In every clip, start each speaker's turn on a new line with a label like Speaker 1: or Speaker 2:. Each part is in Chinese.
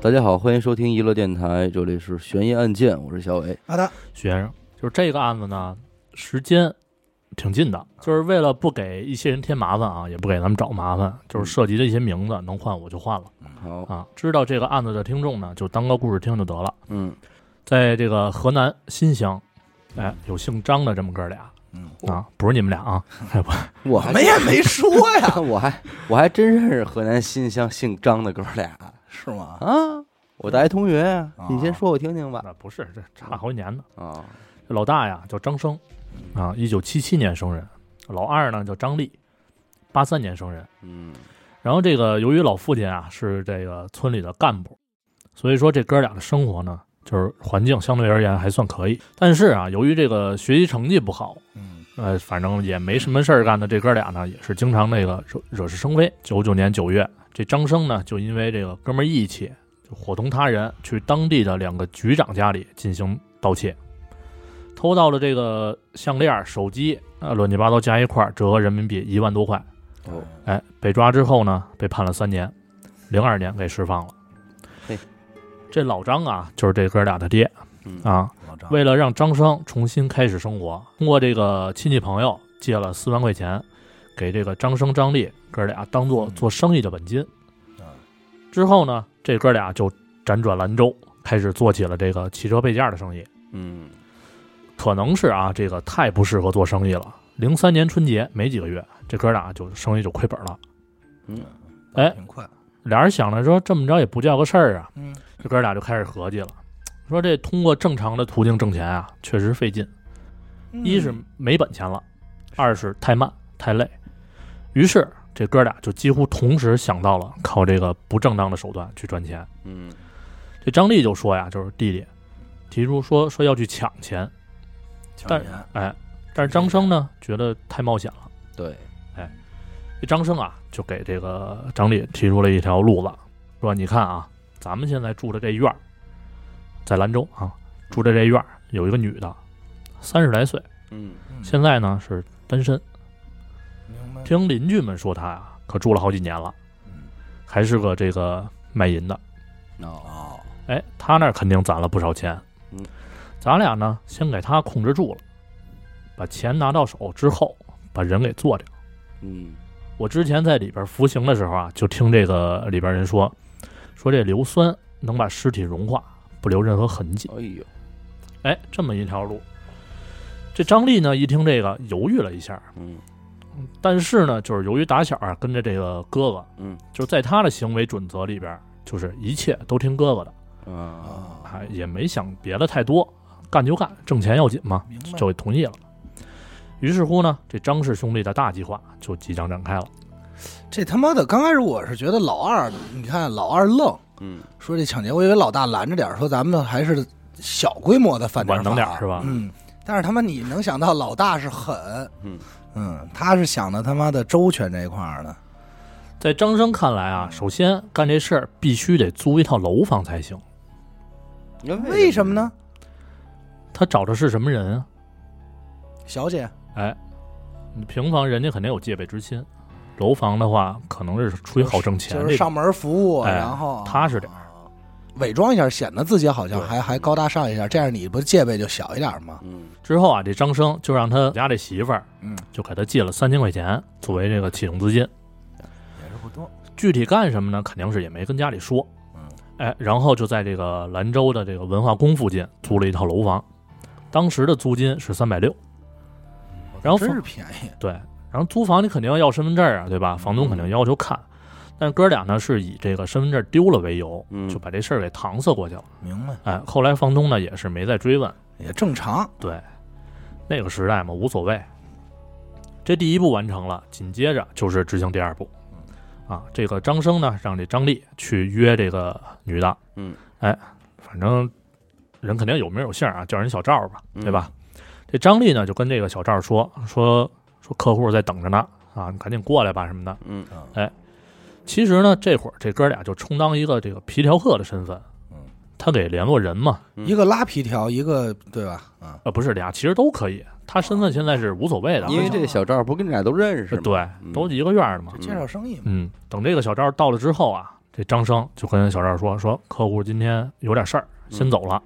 Speaker 1: 大家好，欢迎收听娱乐电台，这里是悬疑案件，我是小伟。
Speaker 2: 阿达，
Speaker 3: 徐先生，就是这个案子呢，时间挺近的，就是为了不给一些人添麻烦啊，也不给咱们找麻烦，就是涉及的一些名字能换我就换了
Speaker 1: 好，
Speaker 3: 啊。知道这个案子的听众呢，就当个故事听就得了。
Speaker 1: 嗯，
Speaker 3: 在这个河南新乡，哎，有姓张的这么哥俩，
Speaker 2: 嗯
Speaker 3: 啊，不是你们俩啊，哎不，
Speaker 1: 我
Speaker 2: 我
Speaker 1: 还
Speaker 2: 们也 没说呀，
Speaker 1: 我还我还真认识河南新乡姓张的哥俩
Speaker 2: 是吗？
Speaker 1: 啊，我大学同学呀
Speaker 2: 啊
Speaker 1: 你先说我听听吧。
Speaker 3: 那不是，这差好几年呢。
Speaker 1: 啊，
Speaker 3: 这老大呀叫张生，啊，一九七七年生人；老二呢叫张丽，八三年生人。
Speaker 1: 嗯
Speaker 3: 然后这个由于老父亲啊是这个村里的干部，所以说这哥俩的生活呢，就是环境相对而言还算可以。但是啊，由于这个学习成绩不好，
Speaker 2: 嗯，
Speaker 3: 呃，反正也没什么事儿干的，这哥俩呢也是经常那个惹惹是生非。九九年九月，这张生呢就因为这个哥们儿义气，就伙同他人去当地的两个局长家里进行盗窃，偷到了这个项链、手机，呃，乱七八糟加一块儿折合人民币一万多块。
Speaker 1: 哦，
Speaker 2: 啊
Speaker 3: 哎，被抓之后呢，被判了三年，零二年给释放了
Speaker 1: 嘿。
Speaker 3: 这老张啊，就是这哥俩的爹
Speaker 1: 嗯
Speaker 3: 啊。
Speaker 2: 老张，
Speaker 3: 为了让张生重新开始生活，通过这个亲戚朋友借了四万块钱，给这个张生、张丽哥俩当做
Speaker 2: 嗯
Speaker 3: 做生意的本金
Speaker 2: 嗯。
Speaker 3: 之后呢，这哥俩就辗转兰州，开始做起了这个汽车配件的生意。
Speaker 1: 嗯
Speaker 3: 可能是啊，这个太不适合做生意了。零三年春节没几个月，这哥俩就生意就亏本了。
Speaker 1: 嗯
Speaker 3: 哎
Speaker 2: 挺快，
Speaker 3: 俩人想着说这么着也不叫个事儿啊，
Speaker 2: 嗯，
Speaker 3: 这哥俩就开始合计了，说这通过正常的途径挣钱啊，确实费劲，
Speaker 2: 嗯
Speaker 3: 一是没本钱了，二是太慢太累。于是这哥俩就几乎同时想到了靠这个不正当的手段去赚钱。
Speaker 1: 嗯
Speaker 3: 这张丽就说呀，就是弟弟提出说说要去抢钱，
Speaker 2: 抢
Speaker 3: 但
Speaker 2: 钱，
Speaker 3: 哎，但是张生呢觉得太冒险了。
Speaker 1: 对，
Speaker 3: 这张生啊，就给这个张丽提出了一条路子，说：“你看啊，咱们现在住的这院儿，在兰州啊，住的这院儿有一个女的，三十来岁，
Speaker 1: 嗯
Speaker 2: 嗯
Speaker 3: 现在呢是单身。
Speaker 2: 明白，
Speaker 3: 听邻居们说，她啊，可住了好几年了，
Speaker 2: 嗯
Speaker 3: 还是个这个卖淫的。
Speaker 1: 哦，
Speaker 2: 哦，
Speaker 3: 哎，她那儿肯定攒了不少钱
Speaker 1: 嗯。
Speaker 3: 咱俩呢，先给她控制住了，把钱拿到手之后，把人给做掉。”
Speaker 1: 嗯
Speaker 3: 我之前在里边服刑的时候啊，就听这个里边人说，说这硫酸能把尸体融化，不留任何痕迹。
Speaker 1: 哎呦，
Speaker 3: 哎，这么一条路。这张丽呢，一听这个犹豫了一下，
Speaker 1: 嗯
Speaker 3: 但是呢，就是由于打小啊跟着这个哥哥，
Speaker 1: 嗯
Speaker 3: 就是在他的行为准则里边，就是一切都听哥哥的，
Speaker 1: 啊，
Speaker 2: 哦，
Speaker 3: 啊，也没想别的太多，干就干，挣钱要紧嘛，
Speaker 2: 明白，
Speaker 3: 就给同意了。于是乎呢，这张氏兄弟的大计划就即将展开了。
Speaker 2: 这他妈的，刚开始我是觉得老二，你看老二愣
Speaker 1: 嗯
Speaker 2: 说这抢劫，我以为老大拦着点儿，说咱们还是小规模的犯点儿
Speaker 3: 稳当点
Speaker 2: 法
Speaker 3: 儿是吧
Speaker 2: 嗯，但是他妈你能想到老大是狠，
Speaker 1: 嗯
Speaker 2: 嗯，他是想的他妈的周全这一块儿的，
Speaker 3: 在张生看来啊，首先干这事儿必须得租一套楼房才行。
Speaker 2: 为什么？呢？
Speaker 3: 他找的是什么人啊？
Speaker 2: 小姐，
Speaker 3: 哎，你平房人家肯定有戒备之心，楼房的话可能是出于好挣钱
Speaker 2: 就
Speaker 3: 这
Speaker 2: 是
Speaker 3: 种。
Speaker 2: 上门服务，
Speaker 3: 哎
Speaker 2: 然后啊
Speaker 3: 踏实点
Speaker 2: 伪装一下，显得自己好像
Speaker 3: 对
Speaker 2: 还还高大上一下，这样你不戒备就小一点吗？
Speaker 1: 嗯
Speaker 3: 之后啊，这张生就让他家这媳妇儿，
Speaker 2: 嗯，
Speaker 3: 就给他借了三千块钱作为这个启动资金。
Speaker 2: 也是不多，
Speaker 3: 具体干什么呢？肯定是也没跟家里说。
Speaker 2: 嗯，
Speaker 3: 哎，然后就在这个兰州的这个文化宫附近租了一套楼房，当时的租金是三百六。然后
Speaker 2: 真
Speaker 3: 房
Speaker 2: 是便宜，
Speaker 3: 对，然后租房你肯定要要身份证啊，对吧？房东肯定要求看，但是哥俩呢是以这个身份证丢了为由，
Speaker 1: 嗯
Speaker 3: 就把这事儿给搪塞过去了。
Speaker 2: 明白？
Speaker 3: 哎，后来房东呢也是没再追问。
Speaker 2: 也正常，
Speaker 3: 对，那个时代嘛，无所谓。这第一步完成了，紧接着就是执行第二步。啊，这个张生呢，让这张丽去约这个女的。
Speaker 1: 嗯，
Speaker 3: 哎，反正人肯定有名有姓啊，叫人小赵吧。
Speaker 1: 嗯
Speaker 3: 对吧？？这张丽呢就跟这个小赵说说说客户在等着呢啊，你赶紧过来吧什么的。
Speaker 1: 嗯
Speaker 3: 其实呢，这会儿这哥俩就充当一个这个皮条客的身份
Speaker 2: 嗯，
Speaker 3: 他给联络人嘛，
Speaker 1: 嗯
Speaker 2: 一个拉皮条，一个对吧？啊，
Speaker 3: 呃，不是俩，其实都可以。他身份现在是无所谓的，
Speaker 1: 因为这小赵不跟你俩都认识
Speaker 3: 呃
Speaker 1: 吗？
Speaker 3: 对，
Speaker 1: 嗯
Speaker 3: 都一个院儿的嘛
Speaker 2: 就。介绍生意嘛，
Speaker 3: 嗯，等这个小赵到了之后啊，这这张生就跟小赵说：“说客户今天有点事儿，先走了，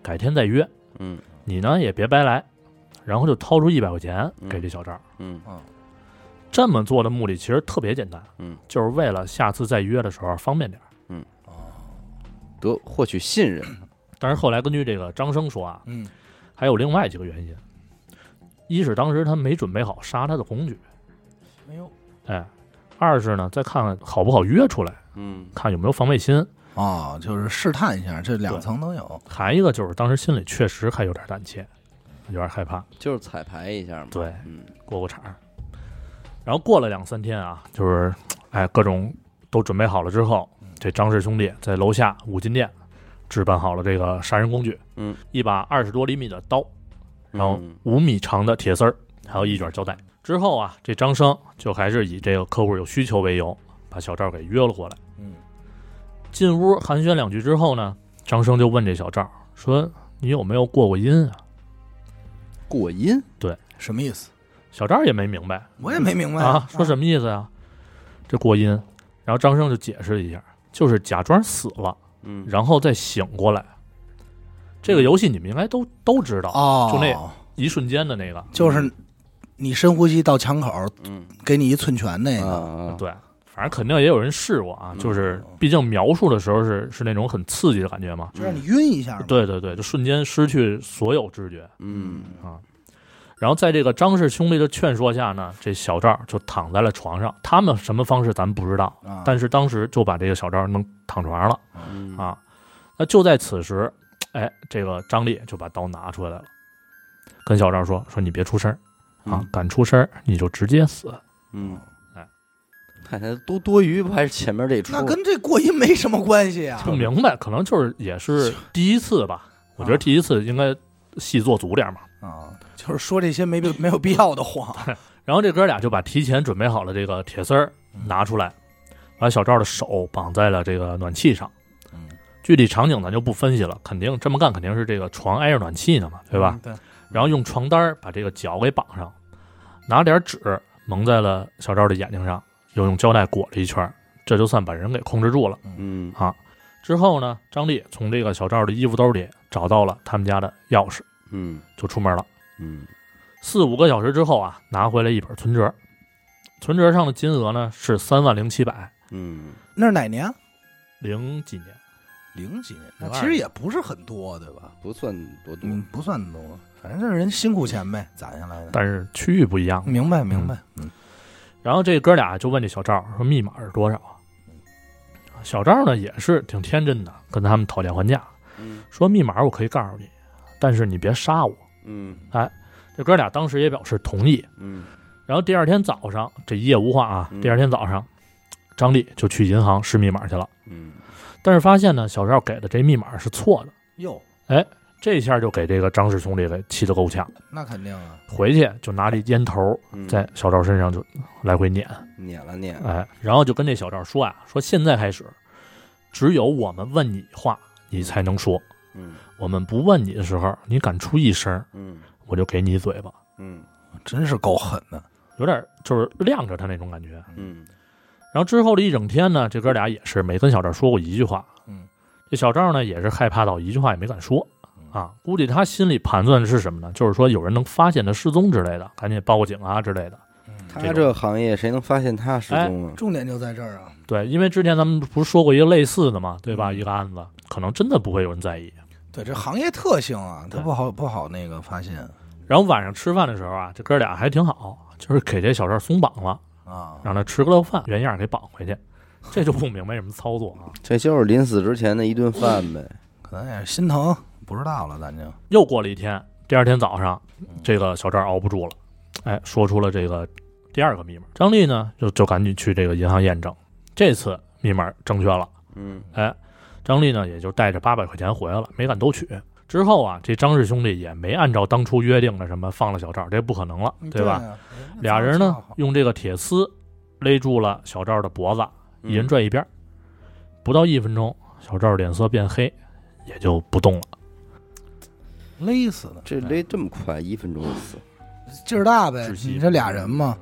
Speaker 3: 改天再约。
Speaker 1: 嗯
Speaker 3: 你呢也别白来。”然后就掏出一百块钱
Speaker 1: 嗯
Speaker 3: 给这小赵。
Speaker 1: 嗯
Speaker 3: 这么做的目的其实特别简单，
Speaker 1: 嗯，
Speaker 3: 就是为了下次再约的时候方便点儿。
Speaker 1: 得获取信任，
Speaker 3: 但是后来根据这个张生说啊，
Speaker 2: 嗯，
Speaker 3: 还有另外几个原因，一是当时他没准备好杀他的工具，
Speaker 2: 哎呦
Speaker 3: 哎，二是呢再看看好不好约出来，
Speaker 1: 嗯
Speaker 3: 看有没有防备心，
Speaker 2: 啊，就是试探一下，这两
Speaker 3: 对
Speaker 2: 层都有。
Speaker 3: 还一个就是当时心里确实还有点胆怯，有点害怕，
Speaker 1: 就是彩排一下嘛，
Speaker 3: 对，
Speaker 1: 嗯
Speaker 3: 过过场。然后过了两三天啊，就是哎各种都准备好了之后，这张氏兄弟在楼下五金店置办好了这个杀人工具，
Speaker 1: 嗯，
Speaker 3: 一把二十多厘米的刀，然后
Speaker 1: 嗯
Speaker 3: 五米长的铁丝儿，还有一卷胶带。之后啊，这张生就还是以这个客户有需求为由，把小赵给约了过来。
Speaker 2: 嗯，
Speaker 3: 进屋寒暄两句之后呢，张生就问这小赵说：“你有没有过过阴啊
Speaker 1: 过音，
Speaker 2: 什么意思？？”
Speaker 3: 小赵也没明白
Speaker 2: 我也没明白
Speaker 3: 啊，说什么意思呀、这过阴。然后张生就解释了一下，就是假装死了，
Speaker 1: 嗯，
Speaker 3: 然后再醒过来。这个游戏你们应该都都知道，
Speaker 2: 哦，
Speaker 3: 就那一瞬间的那个，
Speaker 2: 就是你深呼吸到枪口，
Speaker 1: 嗯
Speaker 2: 给你一寸拳那
Speaker 1: 啊
Speaker 2: 个。
Speaker 1: 啊，
Speaker 3: 对，反正肯定也有人试过啊，
Speaker 1: 嗯
Speaker 3: 就是毕竟描述的时候是是那种很刺激的感觉嘛。
Speaker 2: 就让你晕一下嘛，
Speaker 3: 对对对，就瞬间失去所有知觉。
Speaker 1: 嗯
Speaker 3: 然后在这个张氏兄弟的劝说下呢，这小赵就躺在了床上。他们什么方式咱们不知道，
Speaker 2: 啊，
Speaker 3: 但是当时就把这个小赵弄躺床上了
Speaker 1: 嗯
Speaker 3: 啊。那就在此时，哎，这个张力就把刀拿出来了，跟小赵说：“说你别出声儿啊
Speaker 1: 嗯，
Speaker 3: 敢出声儿你就直接死。
Speaker 1: 嗯，
Speaker 3: 哎，
Speaker 1: 看他多多余，不还是前面这出？
Speaker 2: 那跟这过音没什么关系啊。
Speaker 3: 不明白，可能就是也是第一次吧。我
Speaker 1: 啊
Speaker 3: 觉得第一次应该戏做足点嘛。
Speaker 2: 啊，就是说这些没必没有必要的话。
Speaker 3: 然后这哥俩就把提前准备好了这个铁丝儿
Speaker 1: 嗯
Speaker 3: 拿出来，把小赵的手绑在了这个暖气上。
Speaker 2: 嗯，
Speaker 3: 具体场景咱就不分析了，肯定这么干肯定是这个床挨着暖气呢嘛， 对吧？
Speaker 2: 嗯？对，
Speaker 3: 然后用床单儿把这个脚给绑上，拿点纸蒙在了小赵的眼睛上，又用胶带裹了一圈儿，这就算把人给控制住了。
Speaker 1: 嗯
Speaker 3: 啊。之后呢，张丽从这个小赵的衣服兜里找到了他们家的钥匙，
Speaker 1: 嗯
Speaker 3: 就出门了。
Speaker 1: 嗯
Speaker 3: 四五个小时之后啊，拿回来一本存折，存折上的金额呢是三万零七百
Speaker 1: 嗯，
Speaker 2: 那是哪年？
Speaker 3: 零几年，
Speaker 2: 零几年，
Speaker 3: 02
Speaker 2: 那其实也不是很多，对吧？
Speaker 1: 不算多多，
Speaker 2: 嗯，不算多，反正就是人辛苦钱呗，攒下来的。
Speaker 3: 但是区域不一样。
Speaker 2: 明白，明白。嗯，
Speaker 3: 然后这哥俩就问这小赵说密码是多少啊？小赵呢也是挺天真的，跟他们讨价还价，
Speaker 1: 嗯
Speaker 3: 说密码我可以告诉你，但是你别杀我。
Speaker 1: 嗯
Speaker 3: 这哥俩当时也表示同意。
Speaker 1: 嗯
Speaker 3: 然后第二天早上，这一夜无话啊
Speaker 1: 嗯，
Speaker 3: 第二天早上，张丽就去银行试密码去了。
Speaker 1: 嗯
Speaker 3: 但是发现呢，小赵给的这密码是错的，
Speaker 2: 哟，
Speaker 3: 这下就给这个张氏兄弟给气得够呛，
Speaker 2: 那肯定啊。
Speaker 3: 回去就拿这烟头
Speaker 1: 嗯，
Speaker 3: 在小赵身上就来回撵，
Speaker 1: 撵了撵，
Speaker 3: 哎，然后就跟这小赵说啊，说现在开始，只有我们问你话，你才能说，
Speaker 1: 嗯
Speaker 3: 我们不问你的时候，你敢出一声，
Speaker 1: 嗯
Speaker 3: 我就给你一嘴巴，
Speaker 1: 嗯
Speaker 2: 真是够狠的。
Speaker 3: 有点就是晾着他那种感觉。
Speaker 1: 嗯
Speaker 3: 然后之后的一整天呢，这哥俩也是没跟小赵说过一句话。
Speaker 2: 嗯，
Speaker 3: 这小赵呢也是害怕到一句话也没敢说
Speaker 2: 嗯
Speaker 3: 啊，估计他心里盘算的是什么呢？就是说有人能发现他失踪之类的，赶紧报个警啊之类的。
Speaker 2: 嗯
Speaker 1: 他这行业谁能发现他失踪啊？
Speaker 2: 重点就在这儿啊，
Speaker 3: 对，因为之前咱们不是说过一个类似的嘛，对吧？
Speaker 2: 嗯
Speaker 3: 一个案子可能真的不会有人在意。
Speaker 2: 对这行业特性啊，它
Speaker 3: 对
Speaker 2: 不好不好那个发现
Speaker 3: 然后晚上吃饭的时候啊，这哥俩还挺好，就是给这小赵松绑了，
Speaker 2: 啊。
Speaker 3: 让他吃个饭，原样给绑回去。这就不明白什么操作啊！
Speaker 1: 这就是临死之前的一顿饭呗。
Speaker 2: 可能也是心疼，不知道了，咱就
Speaker 3: 又过了一天，第二天早上，这个小赵熬不住了，哎，说出了这个第二个密码。张丽呢，就就赶紧去这个银行验证，这次密码正确了。
Speaker 1: 嗯
Speaker 3: 哎，张丽呢也就带着八百块钱回来了，没敢兜取。之后啊，这张氏兄弟也没按照当初约定的什么放了小赵，这不可能了，对吧？
Speaker 2: 啊？
Speaker 3: 俩人呢
Speaker 2: 那
Speaker 3: 用这个铁丝勒住了小赵的脖子，
Speaker 1: 嗯
Speaker 3: 一人拽一边儿。不到一分钟，小赵脸色变黑，也就不动了。
Speaker 2: 勒死的，
Speaker 1: 这勒这么快，一分钟就死。
Speaker 2: 劲儿大呗
Speaker 3: 窒。息
Speaker 2: 你这俩人嘛，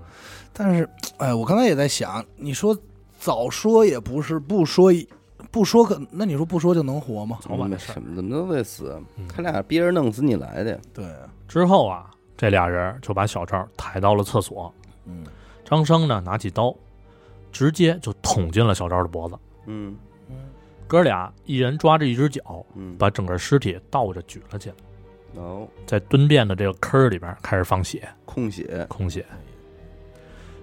Speaker 2: 但是，哎，我刚才也在想，你说早说也不是，不说也不说可那你说不说就能活吗？
Speaker 3: 早晚的事儿
Speaker 1: 什么怎么都会死，
Speaker 3: 嗯
Speaker 1: 他俩憋着弄死你来的，
Speaker 2: 对，
Speaker 3: 之后啊，这俩人就把小赵抬到了厕所，
Speaker 2: 嗯
Speaker 3: 张生呢拿起刀，直接就捅进了小赵的脖子。
Speaker 1: 嗯
Speaker 2: 嗯
Speaker 3: 哥俩一人抓着一只脚，
Speaker 1: 嗯，
Speaker 3: 把整个尸体倒着举了起来，
Speaker 1: 哦，
Speaker 3: 在蹲便的这个坑儿里边开始放血，
Speaker 1: 空血，
Speaker 3: 空血。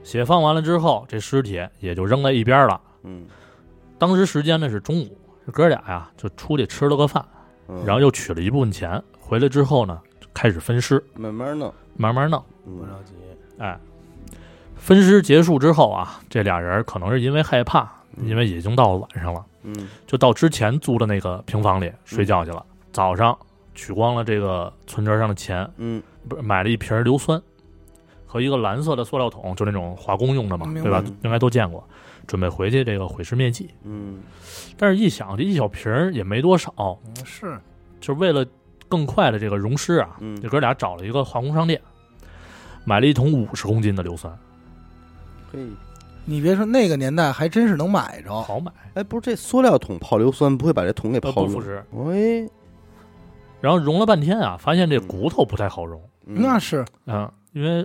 Speaker 3: 血放完了之后，这尸体也就扔在一边了。
Speaker 1: 嗯，
Speaker 3: 当时时间呢是中午，这哥俩呀就出去吃了个饭，
Speaker 1: 嗯
Speaker 3: 然后又取了一部分钱，回来之后呢就开始分尸，
Speaker 1: 慢慢弄，
Speaker 3: 慢慢弄。
Speaker 1: 嗯
Speaker 2: 不着急，
Speaker 3: 哎，分尸结束之后啊，这俩人可能是因为害怕，
Speaker 2: 嗯
Speaker 3: 因为已经到了晚上了，
Speaker 1: 嗯
Speaker 3: 就到之前租的那个平房里睡觉去了。早上取光了这个存折上的钱，
Speaker 1: 嗯
Speaker 3: 不是买了一瓶硫酸和一个蓝色的塑料桶，就那种化工用的嘛，
Speaker 2: 明白
Speaker 3: 对吧
Speaker 1: 嗯？
Speaker 3: 应该都见过。准备回去这个毁尸灭迹，
Speaker 1: 嗯
Speaker 3: 但是一想这一小瓶儿也没多少，
Speaker 2: 嗯是
Speaker 3: 就是为了更快的这个溶尸啊，
Speaker 1: 嗯
Speaker 3: 这哥俩找了一个化工商店，买了一桶五十公斤的硫酸，
Speaker 1: 嘿，
Speaker 2: 你别说那个年代还真是能买着，
Speaker 3: 好买，
Speaker 1: 哎，不是这塑料桶泡硫酸不会把这桶给
Speaker 3: 呃
Speaker 1: 泡
Speaker 3: 不腐
Speaker 1: 漏？
Speaker 3: 蚀。
Speaker 1: 喂，
Speaker 3: 然后融了半天啊，发现这
Speaker 2: 嗯
Speaker 3: 骨头不太好融，
Speaker 1: 嗯
Speaker 2: 那是
Speaker 3: 嗯，因为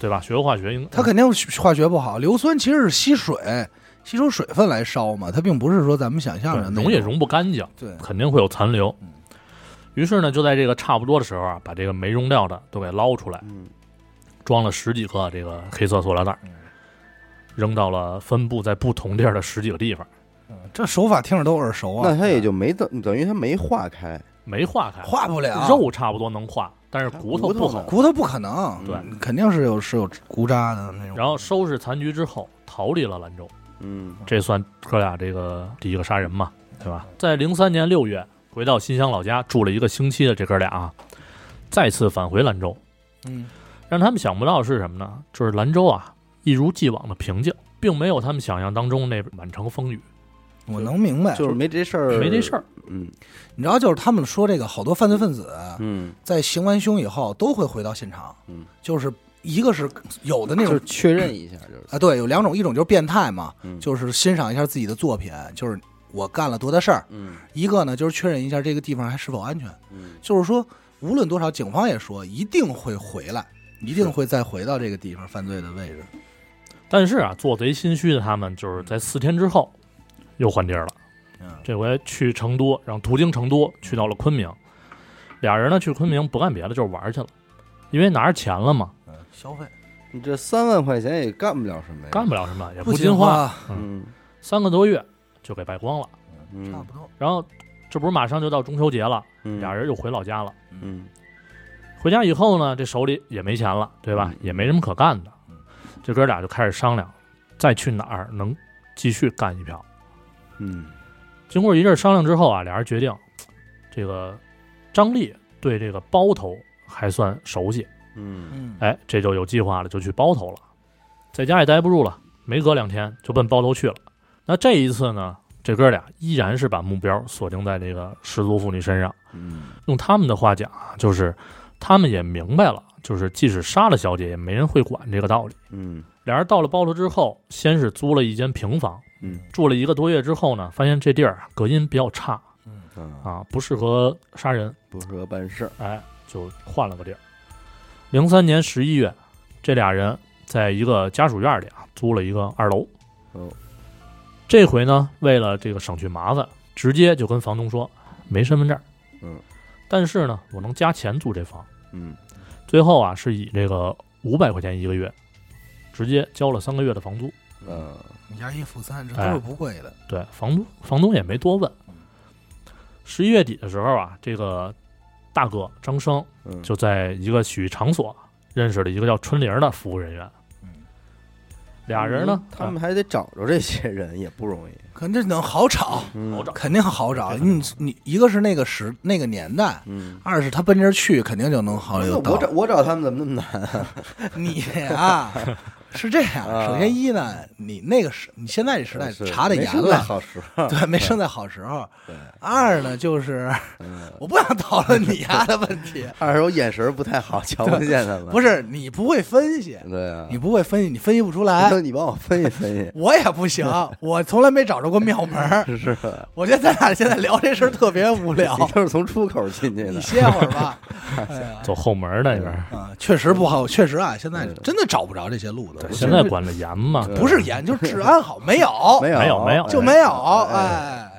Speaker 3: 对吧？学过化学应
Speaker 2: 它肯定化学不好。硫酸其实是吸水，吸收水分来烧嘛，它并不是说咱们想象
Speaker 3: 对
Speaker 2: 的那
Speaker 3: 融也
Speaker 2: 种
Speaker 3: 融不干净，
Speaker 2: 对，
Speaker 3: 肯定会有残留
Speaker 2: 嗯。
Speaker 3: 于是呢，就在这个差不多的时候啊，把这个没融掉的都给捞出来，
Speaker 1: 嗯
Speaker 3: 装了十几个这个黑色塑料袋儿
Speaker 2: 嗯，
Speaker 3: 扔到了分布在不同地儿的十几个地方，
Speaker 2: 嗯这手法听着都耳熟啊。
Speaker 1: 那他也就没等等于他没化开，
Speaker 3: 没化开，
Speaker 2: 化不了
Speaker 3: 肉差不多能化，但是骨头
Speaker 1: 骨头
Speaker 3: 不好
Speaker 1: 呢。
Speaker 2: 骨头不可能，
Speaker 3: 对
Speaker 2: 嗯，肯定是有是有骨渣的那种。
Speaker 3: 然后收拾残局之后，逃离了兰州。
Speaker 1: 嗯
Speaker 3: 这算哥俩这个第一个杀人嘛，对吧？在零三年六月回到新乡老家住了一个星期的这哥俩啊，再次返回兰州，
Speaker 2: 嗯，
Speaker 3: 让他们想不到的是什么呢？就是兰州啊，一如既往的平静，并没有他们想象当中那满城风雨，
Speaker 2: 我能明白，
Speaker 1: 就是没这事儿，
Speaker 3: 没这事儿，
Speaker 1: 嗯
Speaker 2: 你知道，就是他们说这个好多犯罪分子
Speaker 3: 啊
Speaker 1: 嗯，
Speaker 2: 在行完凶以后都会回到现场，
Speaker 1: 嗯，啊
Speaker 2: 就是一个是有的那
Speaker 1: 就
Speaker 2: 种
Speaker 1: 是确认一下，就是
Speaker 2: 啊，对，有两种，一种就是变态嘛，
Speaker 1: 嗯
Speaker 2: 就是欣赏一下自己的作品，就是我干了多大事儿；
Speaker 1: 嗯
Speaker 2: 一个呢就是确认一下这个地方还是否安全，
Speaker 1: 嗯
Speaker 2: 就是说无论多少，警方也说一定会回来，一定会再回到这个地方犯罪的位置。
Speaker 3: 但是啊，做贼心虚的他们，就是在四天之后又换地儿了。
Speaker 2: 嗯
Speaker 3: 这回去成都，然后途经成都，去到了昆明。俩人呢去昆明不干别的，就是玩去了，因为拿着钱了嘛，
Speaker 2: 嗯，消费
Speaker 1: 你这三万块钱也干不了什么呀，
Speaker 3: 干不了什么，也
Speaker 2: 不啊
Speaker 3: 禁
Speaker 2: 禁
Speaker 3: 话，
Speaker 2: 话，
Speaker 1: 嗯
Speaker 3: 三个多月就给败光了。
Speaker 1: 嗯
Speaker 2: 差不多。
Speaker 3: 然后这不是马上就到中秋节了，
Speaker 1: 嗯
Speaker 3: 俩人又回老家了。
Speaker 1: 嗯
Speaker 3: 回家以后呢，这手里也没钱了，对吧
Speaker 1: 嗯？
Speaker 3: 也没什么可干的
Speaker 2: 嗯，
Speaker 3: 这哥俩就开始商量，再去哪儿能继续干一票。
Speaker 1: 嗯
Speaker 3: 经过一阵商量之后啊，俩人决定，这个张丽对这个包头还算熟悉，
Speaker 1: 嗯
Speaker 2: 嗯，
Speaker 3: 哎，这就有计划了，就去包头了。在家也待不住了，没隔两天就奔包头去了。那这一次呢，这哥俩依然是把目标锁定在这个失足妇女身上。
Speaker 1: 嗯
Speaker 3: 用他们的话讲啊，就是他们也明白了，就是即使杀了小姐，也没人会管这个道理。
Speaker 1: 嗯
Speaker 3: 俩人到了包头之后，先是租了一间平房，
Speaker 1: 嗯，
Speaker 3: 住了一个多月之后呢，发现这地儿啊隔音比较差
Speaker 1: 啊，
Speaker 3: 啊，不适合杀人，
Speaker 1: 不适合办事儿，
Speaker 3: 哎，就换了个地儿。零三年十一月，这俩人在一个家属院里啊租了一个二楼。
Speaker 1: 哦，
Speaker 3: 这回呢，为了这个省去麻烦，直接就跟房东说没身份证，
Speaker 1: 嗯，
Speaker 3: 但是呢，我能加钱租这房。
Speaker 1: 嗯
Speaker 3: 最后啊，是以这个五百块钱一个月，直接交了三个月的房租。
Speaker 1: 呃
Speaker 2: 押一付三，这都
Speaker 3: 哎
Speaker 2: 是不贵的。
Speaker 3: 对，房租房东也没多问。十一月底的时候啊，这个大哥张生
Speaker 1: 嗯
Speaker 3: 就在一个洗浴场所认识了一个叫春玲的服务人员。
Speaker 2: 嗯
Speaker 3: 俩人呢，
Speaker 1: 嗯他
Speaker 3: 啊
Speaker 1: 们还得找着这些人也不容易，
Speaker 2: 可这能好找，
Speaker 1: 嗯
Speaker 3: 好找
Speaker 2: 肯定好找。
Speaker 3: 这肯定
Speaker 2: 你你一个是那个时那个年代，
Speaker 1: 嗯。
Speaker 2: 二是他奔这儿去，肯定就能好
Speaker 1: 那
Speaker 2: 有
Speaker 1: 我
Speaker 2: 道
Speaker 1: 找。我找他们怎么那么难？
Speaker 2: 你啊，是这 样，
Speaker 1: 啊
Speaker 2: 首先一呢，你那个时你现在这时代
Speaker 1: 是
Speaker 2: 查得
Speaker 1: 没
Speaker 2: 严
Speaker 1: 生在
Speaker 2: 了，
Speaker 1: 好时候，
Speaker 2: 对，没生在好时候。
Speaker 1: 对
Speaker 2: 二呢，就是
Speaker 1: 嗯
Speaker 2: 我不想讨论你丫的 问题，
Speaker 1: 二手眼神不太好，瞧不见他们。
Speaker 2: 不，是你不会分析，
Speaker 1: 对啊，
Speaker 2: 你不会哎分析，你分析不出来。
Speaker 1: 那，你帮我分析分析
Speaker 2: 我也 不行，我从来没找着过庙门儿。
Speaker 1: 是是，
Speaker 2: 我觉得咱俩现在聊这事儿特别无 聊
Speaker 1: 你，就是从出口进去
Speaker 2: 你
Speaker 1: 的，
Speaker 2: 歇会儿吧。哎呀，
Speaker 3: 走后门儿那边儿。
Speaker 2: 啊，确实不好，确实啊，现在真的找不着这些路了。
Speaker 3: 现在管得严嘛，
Speaker 1: 对
Speaker 2: 不是严，就是治安好，没有，
Speaker 1: 没有哎
Speaker 3: 没有没有
Speaker 2: 就没有，哎，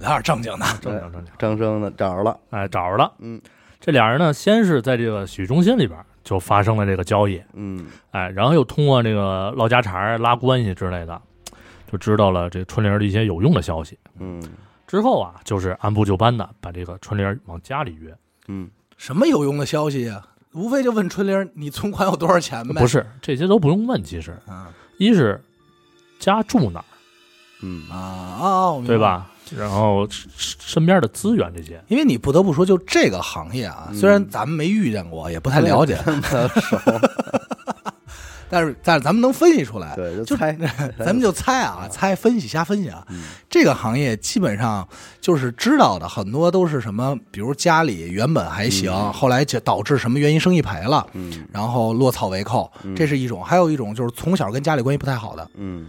Speaker 2: 聊点正经的。
Speaker 3: 正经正经。
Speaker 1: 张生呢找着了，
Speaker 3: 哎，找着了。
Speaker 1: 嗯，
Speaker 3: 这俩人呢，先是在这个洗浴中心里边儿就发生了这个交易，
Speaker 1: 嗯
Speaker 3: 哎，然后又通过这个唠家常儿、拉关系之类的，就知道了这春玲儿的一些有用的消息。
Speaker 1: 嗯
Speaker 3: 之后啊，就是按部就班的把这个春玲儿往家里约，
Speaker 1: 嗯，
Speaker 2: 什么有用的消息呀、无非就问春玲，你存款有多少钱呗？
Speaker 3: 不，是这些都不用问。其实，
Speaker 2: 啊
Speaker 3: 一是家住哪儿，
Speaker 1: 嗯
Speaker 2: 啊啊，我明白
Speaker 3: 对？吧？然后身身边的资源这些，
Speaker 2: 因为你不得不说，就这个行业啊，
Speaker 1: 嗯
Speaker 2: 虽然咱们没遇见过，也不太了解， 但是但是咱们能分析出来，
Speaker 1: 对，
Speaker 2: 就
Speaker 1: 就猜，
Speaker 2: 咱们就猜啊，猜分析瞎分析啊。
Speaker 1: 嗯
Speaker 2: 这个行业基本上就是知道的很多都是什么，比如家里原本还行，后来就导致什么原因生意赔了，
Speaker 1: 嗯
Speaker 2: 然后落草为寇，这是一种；还有一种就是从小跟家里关系不太好的，
Speaker 1: 嗯，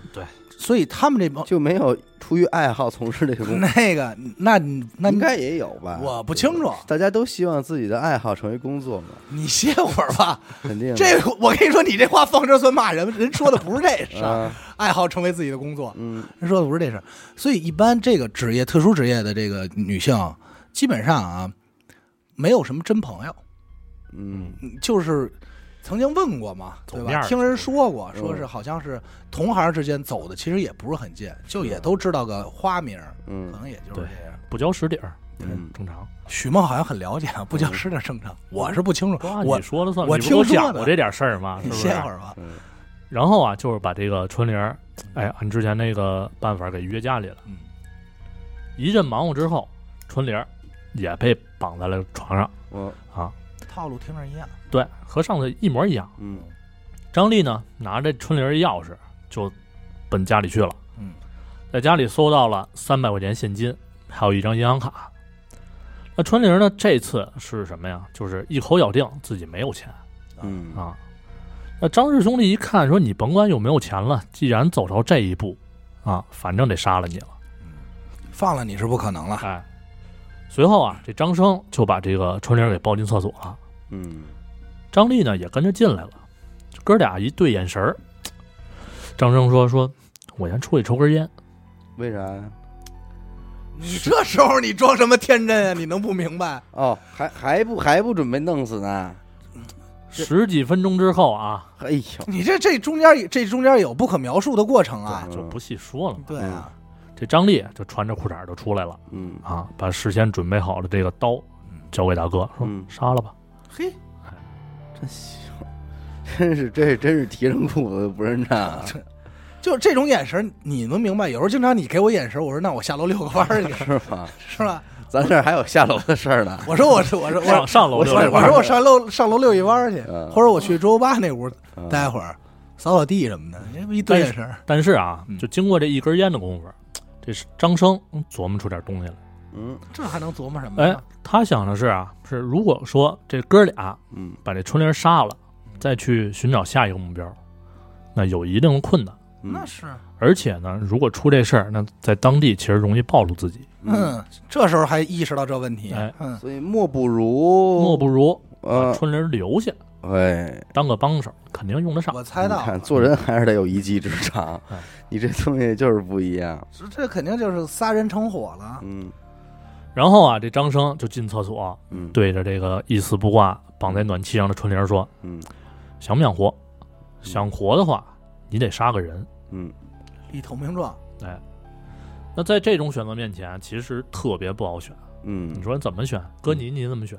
Speaker 2: 所以他们这帮
Speaker 1: 就没有出于爱好从事这个工作，
Speaker 2: 哦 那个那你那
Speaker 1: 应
Speaker 2: 你
Speaker 1: 该也有吧？
Speaker 2: 我不清楚，
Speaker 1: 大家都希望自己的爱好成为工作嘛，
Speaker 2: 你歇会儿 吧。
Speaker 1: 肯定的
Speaker 2: 这个我跟你说，你这话放这算骂人，人说的不是这 事儿。
Speaker 1: 啊，
Speaker 2: 爱好成为自己的工作，
Speaker 1: 嗯
Speaker 2: 人说的不是这事儿。所以一般这个职业、特殊职业的这个女性，基本上啊，没有什么真朋友，
Speaker 1: 嗯
Speaker 2: 嗯就是。曾经问过嘛，对
Speaker 3: 走面
Speaker 2: 吧？
Speaker 3: 儿
Speaker 2: 听人说过，说是
Speaker 1: 嗯
Speaker 2: 好像是同行之间走的，其实也不是很近，就
Speaker 3: 嗯
Speaker 2: 也都知道个花名儿，可
Speaker 1: 嗯
Speaker 2: 能也就是这样。
Speaker 3: 不交实底儿，
Speaker 1: 嗯，
Speaker 3: 正常。
Speaker 2: 许梦好像很了解，啊，不叫是点正常，
Speaker 3: 嗯
Speaker 2: 我是不清楚。
Speaker 3: 哇，
Speaker 2: 我
Speaker 3: 你说了算，
Speaker 2: 我
Speaker 3: 你不都
Speaker 2: 听说
Speaker 3: 讲
Speaker 2: 的
Speaker 3: 过这点事儿啊吗？是
Speaker 2: 你
Speaker 3: 不
Speaker 2: 歇
Speaker 3: 是？
Speaker 2: 会儿吧。
Speaker 3: 然后啊，就是把这个春玲儿，哎，按之前那个办法给约家里了。
Speaker 2: 嗯，
Speaker 3: 一阵忙活之后，春玲儿也被绑在了床上
Speaker 1: 我
Speaker 3: 啊。
Speaker 2: 套路听着一样。
Speaker 3: 对，和上次一模一样。
Speaker 1: 嗯
Speaker 3: 张丽呢，拿着春玲儿钥匙就奔家里去了。
Speaker 2: 嗯，
Speaker 3: 在家里搜到了三百块钱现金，还有一张银行卡。那春玲儿呢，这次是什么呀？就是一口咬定自己没有钱。
Speaker 1: 嗯
Speaker 3: 啊。那张氏兄弟一看说：“你甭管有没有钱了，既然走到这一步，啊，反正得杀了你了。
Speaker 2: 嗯放了你是不可能”了。
Speaker 3: 哎，随后啊，这张生就把这个春玲给抱进厕所了，
Speaker 1: 嗯
Speaker 3: 张丽呢也跟着进来了。这哥俩一对眼神儿，张生说：“说我先出去抽根烟。
Speaker 1: 为啥呀？
Speaker 2: 你这时候你装什么天真啊？你能不明白？
Speaker 1: 哦，还还不还不准备弄死呢？”
Speaker 3: 十几分钟之后啊，
Speaker 1: 哎呦，
Speaker 2: 你这这中间这中间有不可描述的过程啊
Speaker 1: 嗯！
Speaker 3: 就不细说了嘛。
Speaker 2: 对啊，
Speaker 3: 这张丽就穿着裤衩儿就出来了
Speaker 1: 嗯
Speaker 3: 啊，把事先准备好的这个刀交给大哥，说
Speaker 1: 嗯：“
Speaker 3: 杀了吧。”
Speaker 2: 嘿，
Speaker 1: 真行，真是这真是提上裤子就不认账啊，
Speaker 2: 就这种眼神，你能明白？有时候经常你给我眼神，我说那我下楼遛个弯儿去，
Speaker 1: 是吗？
Speaker 2: 是吧？
Speaker 1: 咱这儿还有下楼的事儿呢。
Speaker 2: 我说我是我是我
Speaker 3: 上
Speaker 2: 说
Speaker 3: 上楼
Speaker 2: 我
Speaker 3: 遛
Speaker 2: 说
Speaker 3: 遛弯
Speaker 2: 我
Speaker 3: 儿
Speaker 2: 说我上楼上楼遛一弯儿去，
Speaker 1: 嗯
Speaker 2: 或者我去周八那屋
Speaker 1: 嗯
Speaker 2: 待会儿扫扫地什么的，这不一堆眼神儿。
Speaker 3: 但是啊
Speaker 2: 嗯，
Speaker 3: 就经过这一根烟的功夫，这是张生琢磨出点东西来。
Speaker 1: 嗯
Speaker 2: 这还能琢磨什么
Speaker 3: 哎
Speaker 2: 呀？，
Speaker 3: 他想的是啊，是如果说这哥俩
Speaker 1: 嗯
Speaker 3: 把这春玲杀了，再去寻找下一个目标，那有一定的困难。
Speaker 1: 嗯
Speaker 2: 那是，
Speaker 3: 而且呢，如果出这事儿，那在当地其实容易暴露自己。
Speaker 1: 嗯，
Speaker 2: 嗯，这时候还意识到这问题
Speaker 3: 哎，
Speaker 2: 嗯，
Speaker 1: 所以莫不如
Speaker 3: 莫不如把
Speaker 1: 哦呃，
Speaker 3: 春玲留下
Speaker 1: 哎，
Speaker 3: 当个帮手，肯定用得上。
Speaker 2: 我猜到
Speaker 1: 你，看做人还是得有一技之长
Speaker 3: 哎，
Speaker 1: 你这东西就是不一样。
Speaker 2: 这这肯定就是仨人成伙了。
Speaker 1: 嗯
Speaker 3: 然后啊，这张生就进厕所，
Speaker 1: 嗯，
Speaker 3: 对着这个一丝不挂绑在暖气上的春玲说
Speaker 1: 嗯：“
Speaker 3: 想不想活？想活的话，你得杀个人。”
Speaker 1: 嗯
Speaker 2: 立投名状，
Speaker 3: 那在这种选择面前，其实特别不好选。
Speaker 1: 嗯，
Speaker 3: 你说怎么选？哥你你怎么选？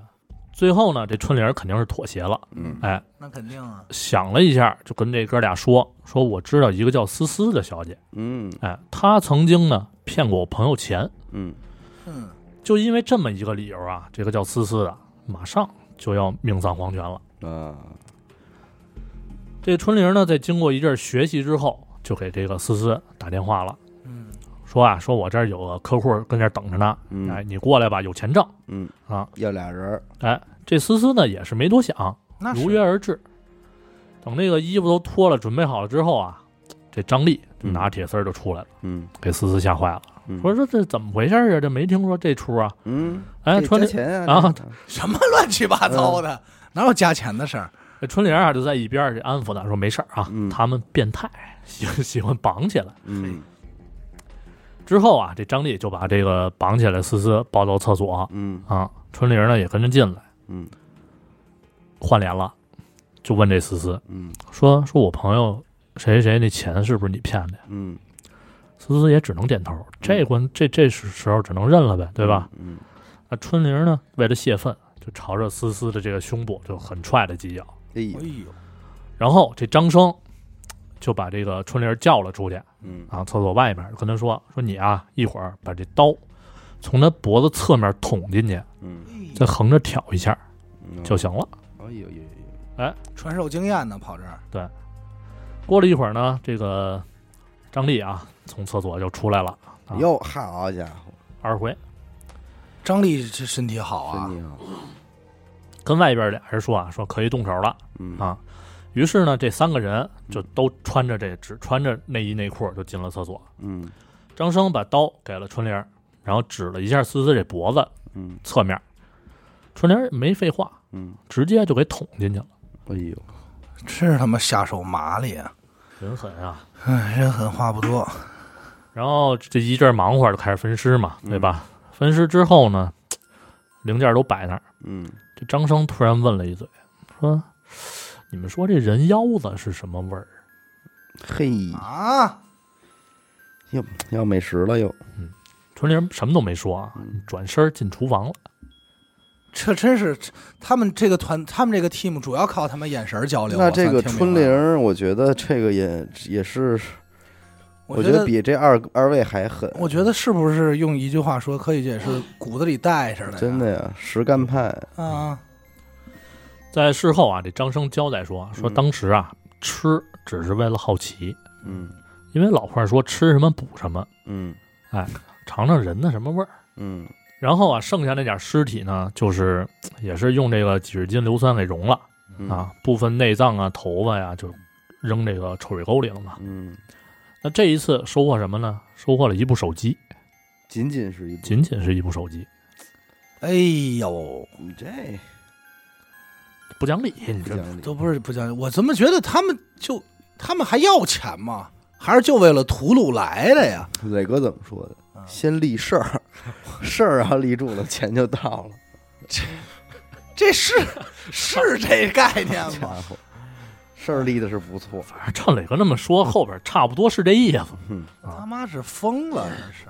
Speaker 3: 最后呢，这春玲肯定是妥协了。
Speaker 1: 嗯
Speaker 3: 哎，
Speaker 2: 那肯定啊。
Speaker 3: 想了一下，就跟这哥俩说说，我知道一个叫思思的小姐，
Speaker 1: 嗯
Speaker 3: 哎，她曾经呢骗过我朋友钱，
Speaker 1: 嗯
Speaker 2: 嗯，
Speaker 3: 就因为这么一个理由啊，这个叫思思的马上就要命丧黄泉了。
Speaker 1: 啊，
Speaker 3: 这春玲呢，在经过一阵儿学习之后，就给这个思思打电话了，
Speaker 2: 嗯
Speaker 3: 说啊，说我这儿有个客户跟这儿等着呢，哎，
Speaker 1: 嗯
Speaker 3: 你过来吧，有钱挣
Speaker 1: 嗯，
Speaker 3: 啊。
Speaker 1: 要俩人儿，
Speaker 3: 哎，这思思呢也是没多想，
Speaker 2: 那是
Speaker 3: 如约而至。等那个衣服都脱了，准备好了之后啊，这张丽就拿铁丝儿就出来了，
Speaker 1: 嗯
Speaker 3: 给思思吓坏了，
Speaker 1: 嗯，
Speaker 3: 说说这怎么回事儿啊？这没听说这出啊！
Speaker 1: 嗯，
Speaker 3: 哎，
Speaker 1: 这
Speaker 3: 春
Speaker 1: 加
Speaker 3: 玲，
Speaker 1: 钱
Speaker 3: 啊
Speaker 1: 啊，这
Speaker 2: 什么乱七八糟的，
Speaker 1: 嗯
Speaker 2: 哪有加钱的事儿？
Speaker 3: 这春玲啊就在一边儿就安抚他说没事儿啊，
Speaker 1: 嗯
Speaker 3: 他们变态，喜喜欢绑起来。
Speaker 1: 嗯
Speaker 3: 之后啊，这张丽就把这个绑起来思思抱到厕所
Speaker 1: 嗯
Speaker 3: 啊，春玲呢也跟着进来，
Speaker 1: 嗯
Speaker 3: 换脸了，就问这思思
Speaker 1: 嗯
Speaker 3: 说说我朋友谁谁谁那钱是不是你骗的呀？
Speaker 1: 嗯，
Speaker 3: 思思也只能点头，这关这这时候只能认了呗，对吧？
Speaker 1: 嗯？
Speaker 3: 那春玲呢，为了泄愤，就朝着思思的这个胸部就狠踹了几脚，
Speaker 1: 嗯，哎呦，
Speaker 2: 呦，
Speaker 3: 然后这张生就把这个春玲叫了出去
Speaker 1: 嗯
Speaker 3: 啊，厕所外面跟她说说你啊，一会儿把这刀从她脖子侧面捅进去，
Speaker 2: 哎
Speaker 1: 嗯，
Speaker 3: 再横着挑一下
Speaker 1: 嗯
Speaker 3: 就，行了。
Speaker 1: 哎呦呦呦，
Speaker 2: 传授经验呢，跑这儿，
Speaker 3: 过了一会儿呢，这个张丽啊从厕所就出来了，啊
Speaker 1: 呦，哟好家伙，
Speaker 3: 二回
Speaker 2: 张力这身体好啊
Speaker 1: 身，体好，
Speaker 3: 跟外边俩人说啊，说可以动手了。
Speaker 1: 嗯
Speaker 3: 啊于是呢，这三个人就都穿着这只穿着内衣内裤就进了厕所。
Speaker 1: 嗯
Speaker 3: 张生把刀给了春玲，然后指了一下思思这脖子
Speaker 1: 嗯
Speaker 3: 侧面，春玲没废话，
Speaker 1: 嗯，
Speaker 3: 直接就给捅进去了。
Speaker 1: 哎呦，
Speaker 2: 真是他妈下手麻利啊！
Speaker 3: 人狠啊！
Speaker 2: 哎，人狠话不多，
Speaker 3: 然后这一阵忙活就开始分尸嘛，对吧？分尸之后呢，零件都摆那儿。
Speaker 1: 嗯
Speaker 3: 这张生突然问了一嘴，说：“你们说这人腰子是什么味儿
Speaker 1: 嘿，
Speaker 2: 啊，
Speaker 1: 又要美食了又，？”
Speaker 3: 春玲什么都没说啊，转身进厨房了。
Speaker 2: 这真是他们这个团，他们这个 team 主要靠他们眼神交流啊。
Speaker 1: 那这个
Speaker 2: 咱听
Speaker 1: 春
Speaker 2: 明白
Speaker 1: 玲
Speaker 2: 了，
Speaker 1: 儿，我觉得这个也也是，
Speaker 2: 我
Speaker 1: 我
Speaker 2: 觉
Speaker 1: 觉
Speaker 2: 得
Speaker 1: 得，比这二二位还狠，
Speaker 2: 我觉得是不是用一句话说，可以解释骨子里带着的呀，
Speaker 1: 真的呀，实干派，
Speaker 2: 啊，
Speaker 3: 在事后啊，这张生交代说，说
Speaker 1: 嗯
Speaker 3: 当时啊、吃只是为了好奇，
Speaker 1: 嗯
Speaker 3: 因为老话说吃什么补什么，
Speaker 1: 嗯
Speaker 3: 尝尝人的什么味儿。
Speaker 1: 嗯
Speaker 3: 然后啊，剩下那点尸体呢，就是也是用这个几十斤硫酸给溶了
Speaker 1: 嗯，
Speaker 3: 啊，部分内脏啊、头发呀、就扔这个臭水沟里了嘛。
Speaker 1: 嗯，
Speaker 3: 那这一次收获什么呢？收获了一部手机，
Speaker 1: 仅仅是一部，
Speaker 3: 仅仅是一部手机，
Speaker 2: 哎呦，
Speaker 1: 你这
Speaker 3: 不讲理，你
Speaker 1: 不
Speaker 3: 这
Speaker 1: 讲理，
Speaker 2: 都不是不讲，我怎么觉得他们就他们还要钱吗？还是就为了屠戮来的呀？
Speaker 1: 磊哥怎么说的？
Speaker 2: 啊
Speaker 1: 先立事 儿，事儿啊立住了，钱就到了。
Speaker 2: 这是是这概念
Speaker 1: 家
Speaker 2: 吗？
Speaker 1: 伙，事儿立的是不错。
Speaker 3: 反正照磊哥那么说，后边差不多是这意思。
Speaker 2: 他妈是疯了，这是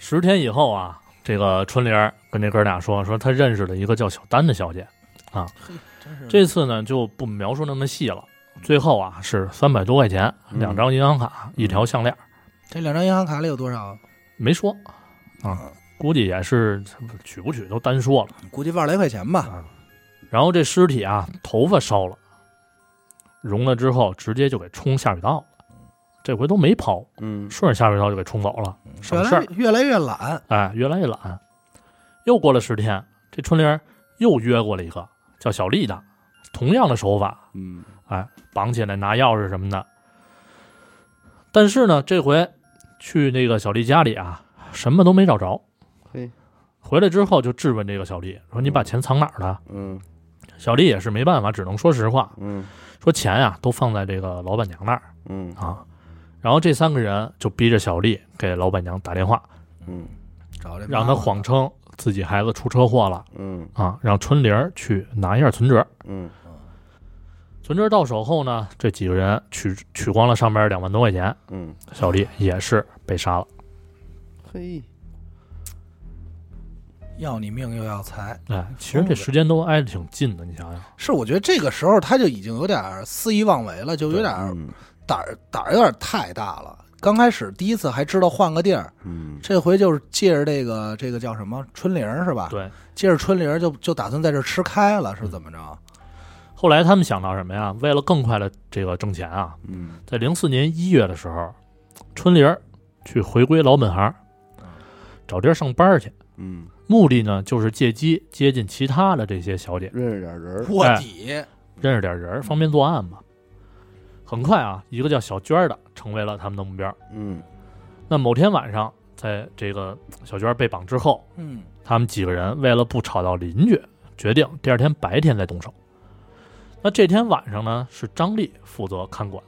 Speaker 3: 十天以后啊，这个春玲儿跟这哥俩说，说她认识了一个叫小丹的小姐，
Speaker 2: 真是
Speaker 3: 这次呢就不描述那么细了。最后啊是三百多块钱，
Speaker 1: 嗯
Speaker 3: 两张银行卡，一条项链，
Speaker 2: 这两张银行卡里有多少？
Speaker 3: 没说啊，估计也是取不取都单说了。
Speaker 2: 估计万来块钱吧。
Speaker 3: 然后这尸体啊，头发烧了，融了之后直接就给冲下水道了，这回都没抛，
Speaker 1: 嗯
Speaker 3: 顺着下水道就给冲走了，
Speaker 2: 越
Speaker 3: 省事
Speaker 2: 来
Speaker 3: 儿。
Speaker 2: 越来越懒，
Speaker 3: 哎，越来越懒。又过了十天，这春玲儿又约过了一个叫小丽的，同样的手法，
Speaker 1: 嗯
Speaker 3: 哎，绑起来拿钥匙什么的。但是呢，这回去那个小丽家里啊，什么都没找着。
Speaker 1: 嘿，
Speaker 3: 回来之后就质问这个小丽说：“你把钱藏哪儿了
Speaker 1: 嗯？”
Speaker 3: 小丽也是没办法，只能说实话，
Speaker 1: 嗯
Speaker 3: 说钱啊都放在这个老板娘那儿
Speaker 1: 嗯
Speaker 3: 啊。然后这三个人就逼着小丽给老板娘打电话，
Speaker 1: 嗯
Speaker 2: 找这
Speaker 3: 让她谎称自己孩子出车祸了
Speaker 1: 嗯
Speaker 3: 啊，让春玲儿去拿一下存折。
Speaker 1: 嗯
Speaker 3: 存折到手后呢，这几个人取取光了上面两万多块钱，
Speaker 1: 嗯，
Speaker 3: 小丽也是被杀了。
Speaker 1: 嘿，
Speaker 2: 要你命又要财。
Speaker 3: 哎，其实这时间都挨得挺近的，你想想，
Speaker 2: 是，我觉得这个时候他就已经有点儿肆意妄为了，就有点儿
Speaker 1: 嗯
Speaker 2: 胆儿胆儿有点儿太大了。刚开始第一次还知道换个地儿，
Speaker 1: 嗯
Speaker 2: 这回就是借着这个这个叫什么春玲儿是吧？
Speaker 3: 对，嗯
Speaker 2: 借着春玲儿就就打算在这儿吃开了，是怎么着？
Speaker 3: 后来他们想到什么呀？为了更快的这个挣钱啊，
Speaker 1: 嗯
Speaker 3: 在零四年一月的时候，春玲儿去回归老本行，找地儿上班去，
Speaker 1: 嗯，
Speaker 3: 目的呢就是借机接近其他的这些小姐，
Speaker 1: 认识点人儿，
Speaker 3: 哎
Speaker 2: 卧底，
Speaker 3: 认识点人儿，方便作案嘛。很快啊，一个叫小娟儿的成为了他们的目标。
Speaker 1: 嗯
Speaker 3: 那某天晚上，在这个小娟儿被绑之后，
Speaker 2: 嗯，
Speaker 3: 他们几个人为了不吵到邻居，决定第二天白天再动手。那这天晚上呢，是张丽负责看管，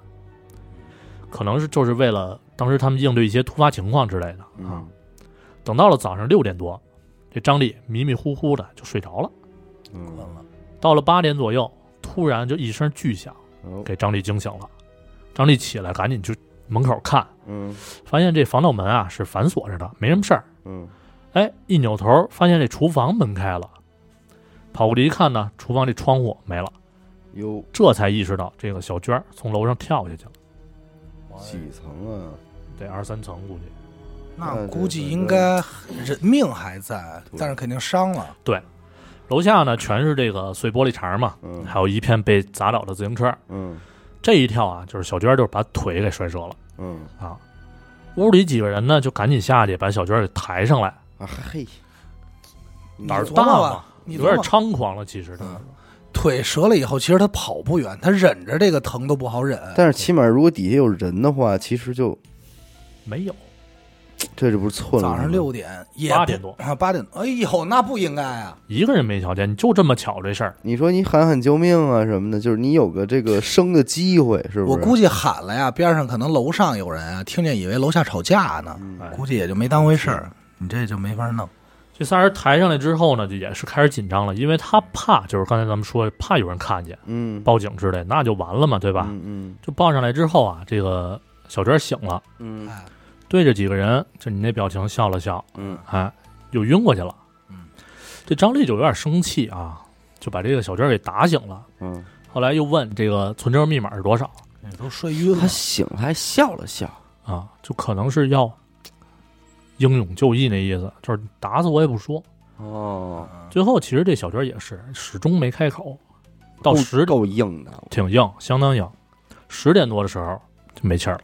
Speaker 3: 可能是就是为了当时他们应对一些突发情况之类的啊。
Speaker 1: 嗯
Speaker 3: 等到了早上六点多，这张丽迷迷糊糊的就睡着了。
Speaker 2: 滚
Speaker 1: 嗯，
Speaker 2: 了，
Speaker 3: 到了八点左右，突然就一声巨响
Speaker 1: 哦
Speaker 3: 给张丽惊醒了。张丽起来赶紧去门口看，
Speaker 1: 嗯
Speaker 3: 发现这防盗门啊是反锁着的，没什么事儿。
Speaker 1: 嗯
Speaker 3: 哎，一扭头发现这厨房门开了，跑过去一看呢，厨房这窗户没了，
Speaker 1: 哟，
Speaker 3: 这才意识到这个小娟儿从楼上跳下去了，
Speaker 1: 几层啊？
Speaker 3: 得二三层估计。
Speaker 2: 那估计应该人命还在，但是肯定伤了。
Speaker 3: 楼下呢全是这个碎玻璃碴儿嘛，
Speaker 1: 嗯
Speaker 3: 还有一片被砸倒的自行车。
Speaker 1: 嗯
Speaker 3: 这一跳啊，就是小娟儿就是把腿给摔折了
Speaker 1: 嗯
Speaker 3: 啊。屋里几个人呢就赶紧下去把小娟儿给抬上来，
Speaker 1: 啊嘿，
Speaker 2: 你
Speaker 3: 胆儿
Speaker 2: 琢
Speaker 3: 大
Speaker 2: 磨
Speaker 3: 嘛
Speaker 2: 吧，，你
Speaker 3: 有点
Speaker 2: 琢磨
Speaker 3: 猖狂了。其实他
Speaker 2: 嗯腿折了以后，其实他跑不远，他忍着这个疼都不好忍。
Speaker 1: 但是起码如果底下有人的话，其实就
Speaker 3: 没有，
Speaker 1: 这就不是寸了
Speaker 2: 早
Speaker 1: 吗。
Speaker 2: 上六点也
Speaker 3: 八点多
Speaker 2: 啊，八点，哎呦，那不应该啊！
Speaker 3: 一个人没瞧见，你就这么巧这事儿。
Speaker 1: 你说你喊喊救命啊什么的，就是你有个这个生的机会，是不是？
Speaker 2: 我估计喊了呀，边上可能楼上有人啊，听见以为楼下吵架呢，
Speaker 3: 哎
Speaker 2: 估计也就没当回事儿。你这就没法弄，
Speaker 3: 这仨人抬上来之后呢，就也是开始紧张了，因为他怕，就是刚才咱们说，怕有人看见
Speaker 1: 嗯，
Speaker 3: 报警之类，那就完了嘛，对吧？
Speaker 1: 嗯
Speaker 3: 就报上来之后啊，这个小娟醒了，
Speaker 1: 嗯
Speaker 2: 哎，
Speaker 3: 对着几个人，就你那表情笑了笑，
Speaker 1: 嗯
Speaker 3: 哎，又晕过去了。
Speaker 2: 嗯，
Speaker 3: 这张丽就有点生气啊，就把这个小娟给打醒了。
Speaker 1: 嗯
Speaker 3: 后来又问这个存折密码是多少
Speaker 2: 你都睡晕
Speaker 1: 嗯，他
Speaker 2: 了，
Speaker 1: 醒了还笑了笑，
Speaker 3: 啊，就可能是要英勇就义那意思，就是打死我也不说。
Speaker 1: 哦，
Speaker 3: 最后其实这小娟也是始终没开口，到
Speaker 1: 够
Speaker 3: 十
Speaker 1: 够硬的，
Speaker 3: 挺硬，相当硬。十点多的时候就没气儿了，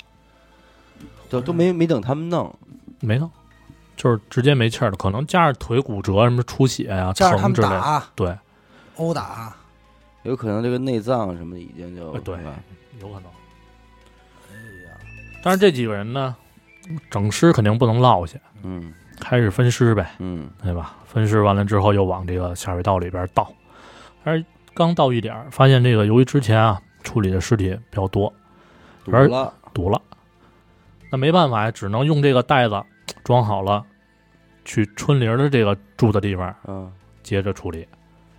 Speaker 1: 都都没没等他们弄，
Speaker 3: 没弄，就是直接没气儿了。可能加上腿骨折、什么出血呀、
Speaker 2: 加上他
Speaker 3: 疼
Speaker 2: 们
Speaker 3: 之类的。
Speaker 2: 打
Speaker 3: 对，
Speaker 2: 殴打，
Speaker 1: 有可能这个内脏什么的已经就
Speaker 3: 呃对
Speaker 1: 是吧
Speaker 3: 有可能。但是这几个人呢，整尸肯定不能落下，
Speaker 1: 嗯
Speaker 3: 开始分尸呗，
Speaker 1: 嗯
Speaker 3: 对吧？分尸完了之后又往这个下水道里边倒，但是刚倒一点儿，发现这个由于之前啊处理的尸体比较多，
Speaker 1: 堵
Speaker 3: 而
Speaker 1: 了，
Speaker 3: 堵了，那没办法呀，只能用这个袋子装好了，去春玲的这个住的地方
Speaker 1: 嗯，
Speaker 3: 接着处理。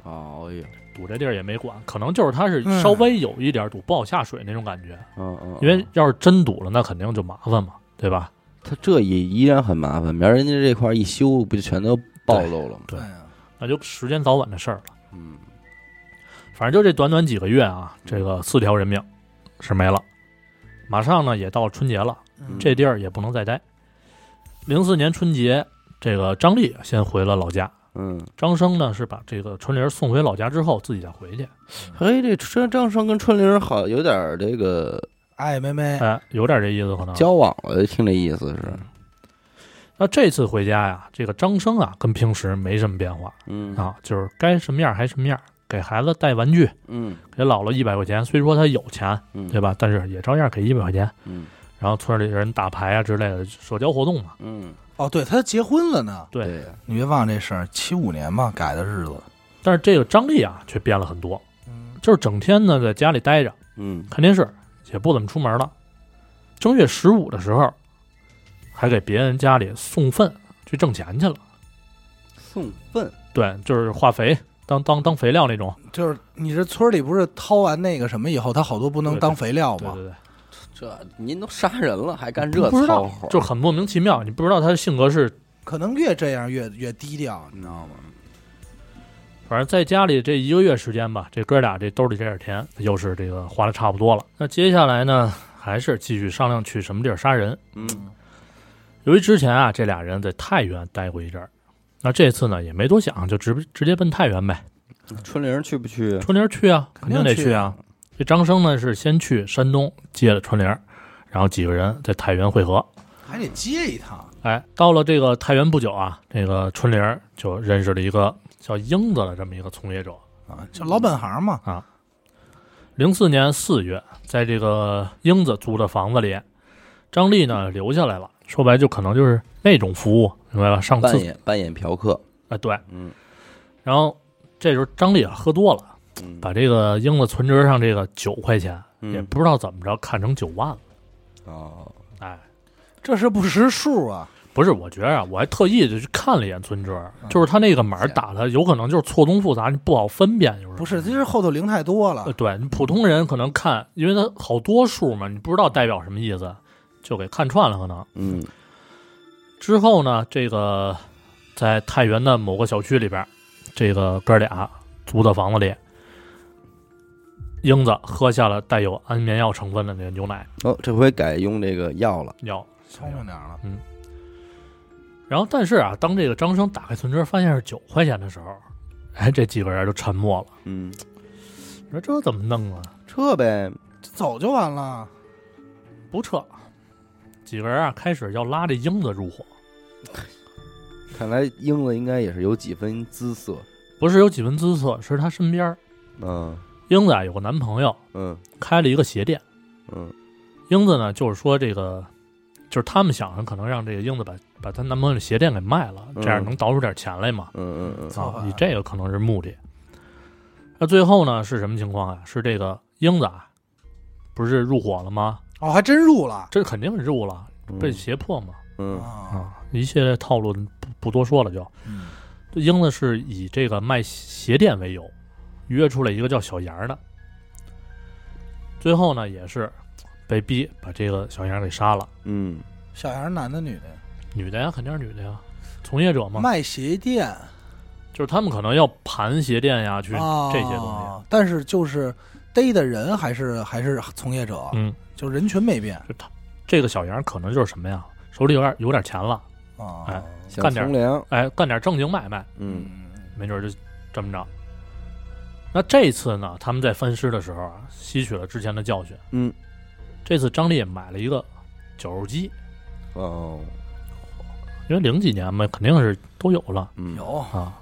Speaker 1: 哦哎呀，
Speaker 3: 堵这地儿也没管，可能就是他是稍微有一点堵，不好下水那种感觉。
Speaker 1: 嗯嗯，
Speaker 3: 因为要是真堵了，那肯定就麻烦嘛，对吧？
Speaker 1: 他这也依然很麻烦，明儿人家这块儿一修，不就全都暴露了吗？
Speaker 3: 对
Speaker 2: 哎呀
Speaker 3: 那就时间早晚的事儿了。
Speaker 1: 嗯
Speaker 3: 反正就这短短几个月啊，这个四条人命是没了。马上呢也到春节了，
Speaker 2: 嗯
Speaker 3: 这地儿也不能再待。零四年春节，这个张丽先回了老家，
Speaker 1: 嗯，
Speaker 3: 张生呢是把这个春玲送回老家之后，自己再回去。
Speaker 1: 嘿，这张张生跟春玲好有点儿这个
Speaker 2: 哎，妹妹，
Speaker 3: 哎，有点这意思可能。
Speaker 1: 交往了，听这意思是，
Speaker 3: 那这次回家呀，这个张生啊跟平时没什么变化
Speaker 1: 嗯
Speaker 3: 啊，就是该什么样还什么样，给孩子带玩具，
Speaker 1: 嗯
Speaker 3: 给姥姥一百块钱。虽说他有钱，
Speaker 1: 嗯，
Speaker 3: 对
Speaker 1: 吧？
Speaker 3: 吧？但是也照样给一百块钱。
Speaker 1: 嗯
Speaker 3: 然后村里人打牌啊之类的社交活动嘛。
Speaker 1: 嗯，
Speaker 2: 哦，对，他结婚了呢，
Speaker 3: 对
Speaker 1: 对呀，
Speaker 2: 你别忘这事儿，七五年嘛改的日子，
Speaker 3: 但是这个张丽啊却变了很多，
Speaker 2: 嗯，
Speaker 3: 就是整天呢在家里待着
Speaker 1: 嗯
Speaker 3: 看电视，也不怎么出门了。正月十五的时候，还给别人家里送粪去挣钱去了。
Speaker 1: 送粪，
Speaker 3: 对，就是化肥当当当肥料那种。
Speaker 2: 就是你这村里不是掏完那个什么以后，他好多不能
Speaker 3: 对
Speaker 2: 当肥料
Speaker 3: 对
Speaker 2: 吗？
Speaker 3: 对
Speaker 1: 这您都杀人了还干
Speaker 3: 对，
Speaker 1: 这
Speaker 3: 不知
Speaker 1: 操
Speaker 3: 道
Speaker 1: 活，，
Speaker 3: 就很莫名其妙，你不知道他的性格是。
Speaker 2: 可能越这样越越低调，
Speaker 1: 你知道吗？
Speaker 3: 反正在家里这一个月时间吧，这哥俩这兜里这点钱又是这个花的差不多了。那接下来呢，还是继续商量去什么地儿杀人。
Speaker 1: 嗯
Speaker 3: 由于之前啊，这俩人在太原待过一阵儿，那这次呢也没多想，就直直接奔太原呗。
Speaker 1: 春玲去不去？
Speaker 3: 春玲去啊，肯定得
Speaker 2: 去
Speaker 3: 啊。这张生呢是先去山东接了春玲，然后几个人在太原会合。
Speaker 2: 还得接一趟。
Speaker 3: 哎，到了这个太原不久啊，这个春玲就认识了一个叫英子的这么一个从业者。
Speaker 2: 啊，就老本行嘛。
Speaker 3: 零四年四月，在这个英子租的房子里，张丽呢留下来了。说白就可能就是那种服务，明白吧？上
Speaker 1: 扮
Speaker 3: 次
Speaker 1: 演扮演嫖客，
Speaker 3: 啊，对。
Speaker 1: 嗯
Speaker 3: 然后这时候张丽也喝多了，
Speaker 1: 嗯，
Speaker 3: 把这个英子存折上这个九块钱，也
Speaker 1: 嗯
Speaker 3: 不知道怎么着看成九万了。
Speaker 1: 哦，
Speaker 3: 哎，
Speaker 2: 这是不识数啊！
Speaker 3: 不是，我觉着啊，我还特意就去看了一眼存折，就是他那个码儿打的有可能就是错综复杂，你不好分辨，就是
Speaker 2: 不是，这是后头零太多
Speaker 3: 呃，
Speaker 2: 了。
Speaker 3: 对你普通人可能看，因为它好多数嘛，你不知道代表什么意思，就给看串了。可能
Speaker 1: 嗯
Speaker 3: 之后呢，这个在太原的某个小区里边，这个哥俩租的房子里，英子喝下了带有安眠药成分的那个牛奶
Speaker 1: 哦，这回改用这个药了，
Speaker 3: 药。
Speaker 2: 聪明点儿了，
Speaker 3: 然后，但是啊，当这个张生打开存折发现是九块钱的时候，哎，这几个人就沉默了。
Speaker 1: 嗯，
Speaker 3: 你说这怎么弄啊？
Speaker 1: 撤呗，
Speaker 2: 这走就完了。
Speaker 3: 不撤，几个人啊开始要拉这英子入伙。
Speaker 1: 看来英子应该也是有几分姿色，
Speaker 3: 不是有几分姿色，是她身边儿
Speaker 1: 嗯
Speaker 3: 英子啊有个男朋友，
Speaker 1: 嗯
Speaker 3: 开了一个鞋店。
Speaker 1: 嗯
Speaker 3: 英子呢就是说这个，就是他们想着可能让这个英子把把她男朋友的鞋店给卖了，
Speaker 1: 嗯
Speaker 3: 这样能倒出点钱来嘛。
Speaker 1: 嗯嗯
Speaker 2: 造
Speaker 3: 啊
Speaker 2: 反，
Speaker 3: 以这个可能是目的。那最后呢是什么情况啊？是这个英子啊，不是入伙了吗？
Speaker 2: 哦，还真入了
Speaker 3: 这肯定是入了，
Speaker 1: 嗯，
Speaker 3: 被胁迫嘛。
Speaker 1: 嗯
Speaker 2: 啊！
Speaker 3: 啊，一系列套路不不多说了就。
Speaker 2: 嗯
Speaker 3: 这英子是以这个卖鞋垫为由，约出了一个叫小杨的，最后呢也是被逼把这个小杨给杀了。
Speaker 1: 嗯
Speaker 2: 小杨男的女的，
Speaker 3: 女的呀，肯定是女的呀，从业者嘛，
Speaker 2: 卖鞋垫
Speaker 3: 就是他们可能要盘鞋垫呀，去
Speaker 2: 啊，
Speaker 3: 这些东西。
Speaker 2: 但是就是逮的人还是还是从业者，
Speaker 3: 嗯，
Speaker 2: 就人群没变
Speaker 3: 就他这个小杨可能就是什么呀，手里有点有点钱了，
Speaker 2: 啊。
Speaker 3: 哎
Speaker 1: 想
Speaker 3: 干点儿
Speaker 1: 从良，
Speaker 3: 哎，干点正经买卖，
Speaker 1: 嗯
Speaker 3: 没准就这么着。那这次呢，他们在分尸的时候啊，吸取了之前的教训。
Speaker 1: 嗯，
Speaker 3: 这次张丽买了一个绞肉机，
Speaker 1: 哦，
Speaker 3: 因为零几年嘛，肯定是都有了
Speaker 1: 嗯
Speaker 2: 有
Speaker 3: 啊。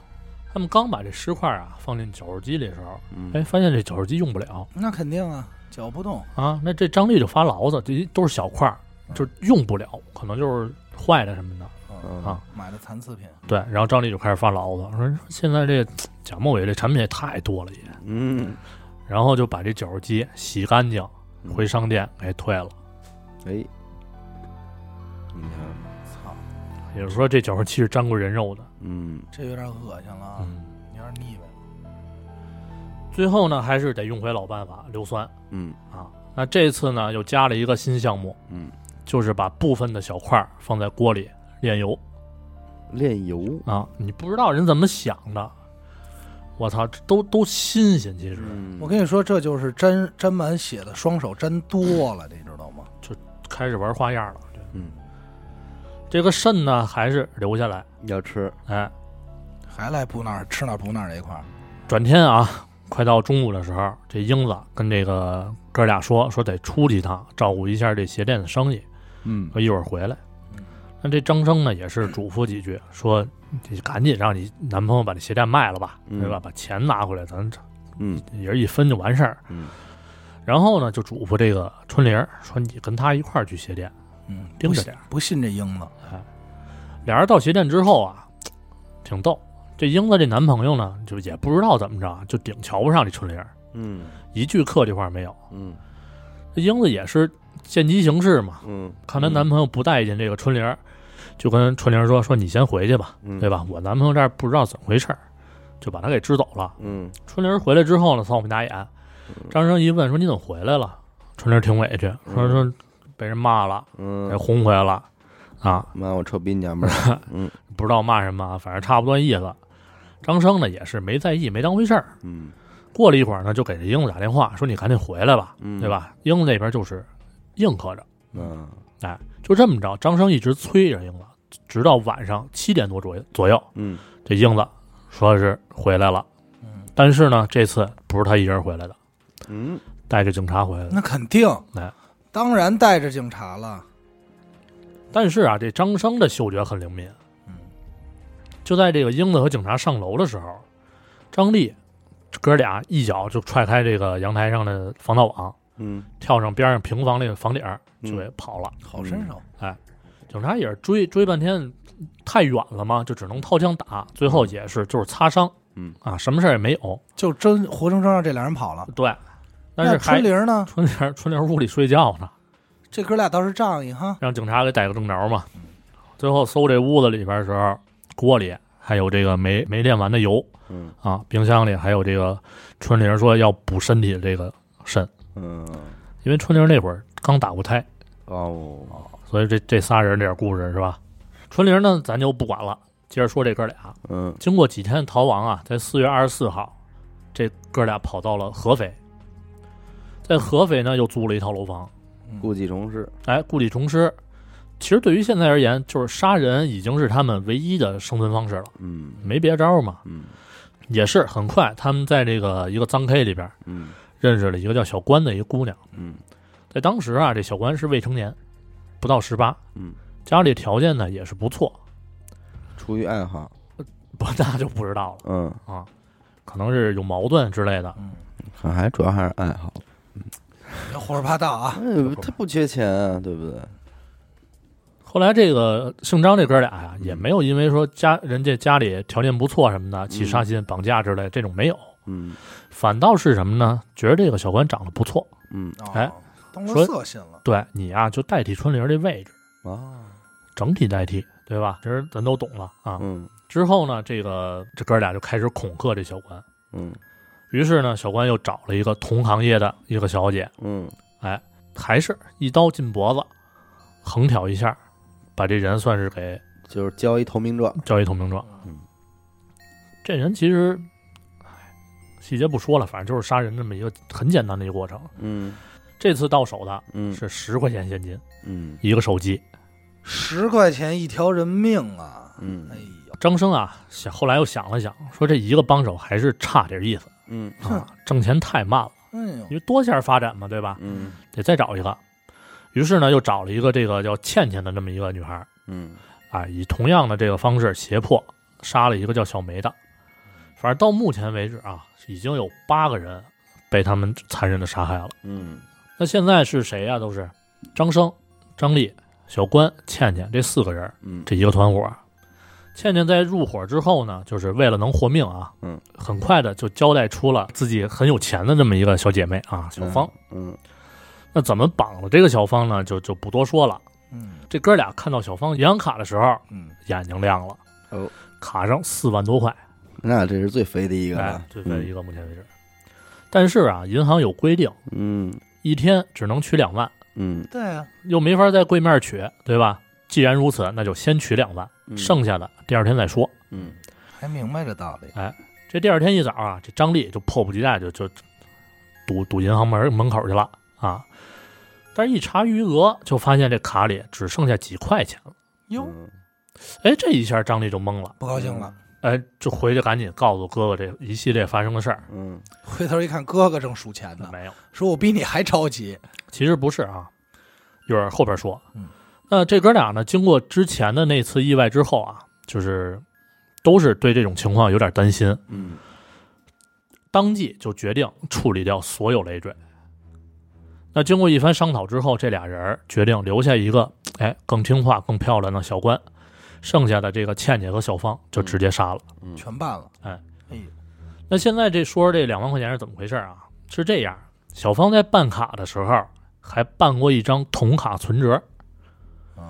Speaker 3: 他们刚把这尸块啊放进绞肉机里的时候，
Speaker 1: 嗯
Speaker 3: 哎，发现这绞肉机用不了
Speaker 2: 那肯定啊，搅不动。
Speaker 3: 啊，那这张力就发牢骚，这一都是小块儿，就是用不了，可能就是坏了什么的。
Speaker 1: 嗯
Speaker 3: 啊
Speaker 2: 买的残次品，
Speaker 3: 对，然后张力就开始发牢骚，说现在这贾末伟这产品也太多了也，
Speaker 1: 嗯，
Speaker 3: 然后就把这绞肉机洗干净，
Speaker 1: 嗯
Speaker 3: 回商店给退了。
Speaker 1: 哎，你看，
Speaker 2: 操，
Speaker 3: 也就是说，这绞肉机是沾过人肉的。
Speaker 1: 嗯
Speaker 2: 这有点恶心了啊，
Speaker 3: 嗯，
Speaker 2: 有点腻歪。
Speaker 3: 最后呢，还是得用回老办法，硫酸
Speaker 1: 嗯
Speaker 3: 啊。那这次呢，又加了一个新项目，
Speaker 1: 嗯，
Speaker 3: 就是把部分的小块儿放在锅里炼油
Speaker 1: 炼油，
Speaker 3: 啊。你不知道人怎么想的，我操，这都都新鲜，其实
Speaker 1: 嗯
Speaker 2: 我跟你说，这就是沾沾满血的双手沾多了，你知道吗？
Speaker 3: 开始玩花样了。
Speaker 1: 嗯
Speaker 3: 这个肾呢，还是留下来。
Speaker 1: 嗯要吃，
Speaker 3: 哎，
Speaker 2: 还来补哪儿吃哪儿补哪儿这一块儿，
Speaker 3: 转天啊，快到中午的时候，这英子跟这个哥俩说，说得出去一趟，照顾一下这鞋店的生意，
Speaker 1: 嗯
Speaker 3: 说一会儿回来
Speaker 2: 嗯。
Speaker 3: 那这张生呢，也是嘱咐几句，说你赶紧让你男朋友把这鞋店卖了吧，
Speaker 1: 嗯
Speaker 3: 对吧？把钱拿回来，咱
Speaker 1: 嗯
Speaker 3: 也是一分就完事儿。
Speaker 1: 嗯
Speaker 3: 然后呢，就嘱咐这个春玲儿说：“你跟他一块儿去鞋店。
Speaker 2: 嗯，
Speaker 3: 盯
Speaker 2: 不
Speaker 3: 着
Speaker 2: 信
Speaker 3: 点儿
Speaker 2: 不信这英子，”
Speaker 3: 俩人到鞋店之后啊，挺逗。这英子这男朋友呢，就也不知道怎么着，就顶瞧不上这春玲儿，
Speaker 1: 嗯
Speaker 3: 一句客气话没有。
Speaker 1: 嗯
Speaker 3: 这英子也是见机行事嘛，
Speaker 1: 嗯，
Speaker 3: 看她男朋友不待见这个春玲儿，就跟春玲儿说：“说你先回去吧，
Speaker 1: 嗯
Speaker 3: 对？吧？我男朋友这儿不知道怎么回事儿，就把他给支走了。”
Speaker 1: 嗯
Speaker 3: 春玲儿回来之后呢，扫眉打眼。张生一问说：“你怎么回来了？”春玲儿挺委屈，说：“说被人骂了。”给
Speaker 1: 嗯，
Speaker 3: 轰回来了啊！
Speaker 1: 妈，我臭逼娘们儿， 嗯
Speaker 3: 不知道骂什么啊，反正差不多意思。张生呢也是没在意，没当回事儿。
Speaker 1: 嗯
Speaker 3: 过了一会儿呢，就给这英子打电话说：“你赶紧回来吧，
Speaker 1: 嗯，
Speaker 3: 对？吧？”英子那边就是硬磕着，
Speaker 1: 嗯
Speaker 3: 就这么着。张生一直催着英子，直到晚上七点多左右左右，
Speaker 1: 嗯
Speaker 3: 这英子说是回来了，
Speaker 2: 嗯，
Speaker 3: 但是呢，这次不是他一人回来的，
Speaker 1: 嗯，
Speaker 3: 带着警察回来的。
Speaker 2: 嗯那肯定
Speaker 3: 哎，
Speaker 2: 当然带着警察了。
Speaker 3: 但是啊，这张生的嗅觉很灵敏。
Speaker 2: 嗯，
Speaker 3: 就在这个英子和警察上楼的时候，张丽哥俩一脚就踹开这个阳台上的防盗网，
Speaker 1: 嗯，
Speaker 3: 跳上边上平房那个房顶儿
Speaker 1: 嗯
Speaker 3: 就给跑了。
Speaker 2: 好身手，
Speaker 3: 嗯警察也是追追半天，太远了嘛，就只能掏枪打，最后也是就是擦伤。
Speaker 1: 嗯
Speaker 3: 啊，什么事儿也没有。
Speaker 2: 就真活生生让这俩人跑了。
Speaker 3: 对，但
Speaker 2: 那
Speaker 3: 是还
Speaker 2: 春玲呢？
Speaker 3: 春玲春玲屋里睡觉呢，
Speaker 2: 这哥俩倒是仗义哈。
Speaker 3: 让警察给逮个正着嘛。最后搜这屋子里边的时候，锅里还有这个没没炼完的油
Speaker 1: 嗯
Speaker 3: 啊，冰箱里还有这个春玲说要补身体的这个肾，
Speaker 1: 嗯，
Speaker 3: 因为春玲那会儿刚打过胎，
Speaker 1: 哦，
Speaker 3: 所以这这仨人这点故事是吧？春玲呢，咱就不管了，接着说这哥俩。
Speaker 1: 嗯
Speaker 3: 经过几天的逃亡啊，在四月二十四号，这哥俩跑到了合肥，在合肥呢又租了一套楼房，
Speaker 1: 故技重施，
Speaker 3: 哎，故地重施。其实对于现在而言，就是杀人已经是他们唯一的生存方式了，
Speaker 1: 嗯
Speaker 3: 没别招嘛。
Speaker 1: 嗯
Speaker 3: 也是很快，他们在这个一个脏 K 里边
Speaker 1: 嗯
Speaker 3: 认识了一个叫小关的一个姑娘，
Speaker 1: 嗯
Speaker 3: 在当时啊，这小关是未成年，不到十八，
Speaker 1: 嗯，
Speaker 3: 家里条件呢也是不错，
Speaker 1: 出于爱好，
Speaker 3: 不那就不知道了
Speaker 1: 嗯，
Speaker 3: 啊，可能是有矛盾之类的，
Speaker 2: 嗯，
Speaker 1: 还主要还是爱好，
Speaker 2: 别胡说八道啊！
Speaker 1: 嗯，他不缺钱啊，对不对？
Speaker 3: 后来这个姓张这哥俩呀、
Speaker 1: 嗯
Speaker 3: 也没有因为说家人家家里条件不错什么的，起
Speaker 1: 嗯
Speaker 3: 杀心、绑架之类这种没有，
Speaker 1: 嗯
Speaker 3: 反倒是什么呢？觉得这个小关长得不错，
Speaker 1: 嗯
Speaker 2: 哦
Speaker 3: 哎，
Speaker 2: 动了
Speaker 3: 说
Speaker 2: 色心了。
Speaker 3: 对你呀、就代替春玲这位置，
Speaker 1: 啊，
Speaker 3: 整体代替，对吧？其实咱都懂了啊。
Speaker 1: 嗯
Speaker 3: 之后呢，这个这哥俩就开始恐吓这小关，
Speaker 1: 嗯
Speaker 3: 于是呢，小关又找了一个同行业的一个小姐，
Speaker 1: 嗯
Speaker 3: 还是一刀进脖子，横挑一下，把这人算是给
Speaker 1: 就是交一投名状，
Speaker 3: 交易透明状。
Speaker 1: 嗯，
Speaker 3: 这人其实，唉细节不说了，反正就是杀人这么一个很简单的一个过程。
Speaker 1: 嗯
Speaker 3: 这次到手的
Speaker 1: 嗯
Speaker 3: 是十块钱现金，
Speaker 1: 嗯
Speaker 3: 一个手机。
Speaker 2: 十块钱一条人命啊！哎
Speaker 1: 嗯
Speaker 2: 呦，
Speaker 3: 张生啊，想后来又想了想，说这一个帮手还是差点意思
Speaker 1: 嗯
Speaker 3: 啊，挣钱太慢了，
Speaker 2: 哎呦
Speaker 3: 因，为多线发展嘛，对吧？
Speaker 1: 嗯
Speaker 3: 得再找一个。于是呢，又找了一个这个叫倩倩的这么一个女孩，
Speaker 1: 嗯
Speaker 3: 啊，以同样的这个方式胁迫杀了一个叫小梅的。反正到目前为止啊，已经有八个人被他们残忍的杀害了。
Speaker 1: 嗯
Speaker 3: 那现在是谁呀、都是张生、张丽、小关、倩倩这四个人，
Speaker 1: 嗯
Speaker 3: 这一个团伙。倩倩在入伙之后呢，就是为了能活命啊，
Speaker 1: 嗯，
Speaker 3: 很快的就交代出了自己很有钱的这么一个小姐妹啊，小芳。，
Speaker 1: 嗯
Speaker 3: 那怎么绑了这个小芳呢？就就不多说了。
Speaker 2: 嗯
Speaker 3: 这哥俩看到小芳银行卡的时候，
Speaker 2: 嗯，
Speaker 3: 眼睛亮了，
Speaker 1: 哦，
Speaker 3: 卡上四万多块，
Speaker 1: 那这是最肥的一个
Speaker 3: 哎
Speaker 1: 了，，
Speaker 3: 这在一个目前为止。但是啊，银行有规定，
Speaker 1: 嗯
Speaker 3: 一天只能取两万，
Speaker 1: 嗯
Speaker 2: 对啊，
Speaker 3: 又没法在柜面取，对吧？既然如此，那就先取两万，
Speaker 1: 嗯，
Speaker 3: 剩下的第二天再说。
Speaker 1: 嗯
Speaker 2: 还明白这道理。
Speaker 3: 这第二天一早啊，这张丽就迫不及待就就堵堵银行门门口去了啊。但是，一查余额，就发现这卡里只剩下几块钱了。
Speaker 2: 哟，
Speaker 3: 哎，这一下张丽就懵了，
Speaker 2: 嗯不高兴了，
Speaker 3: 哎，就回去赶紧告诉哥哥这一系列发生的事儿。
Speaker 1: 嗯
Speaker 2: 回头一看，哥哥正数钱呢，
Speaker 3: 没有，
Speaker 2: 说我比你还着急。
Speaker 3: 其实不是啊，一会儿后边说。
Speaker 2: 嗯，
Speaker 3: 那这哥俩呢，经过之前的那次意外之后啊，就是都是对这种情况有点担心，
Speaker 1: 嗯
Speaker 3: 当即就决定处理掉所有累赘。那经过一番商讨之后，这俩人儿决定留下一个哎更听话、更漂亮的小关，剩下的这个倩倩和小芳就直接杀了。
Speaker 1: 嗯，
Speaker 2: 全办了。
Speaker 3: 哎，
Speaker 2: 哎呦，
Speaker 3: 那现在这说说这两万块钱是怎么回事啊？是这样，小芳在办卡的时候还办过一张同卡存折，
Speaker 2: 嗯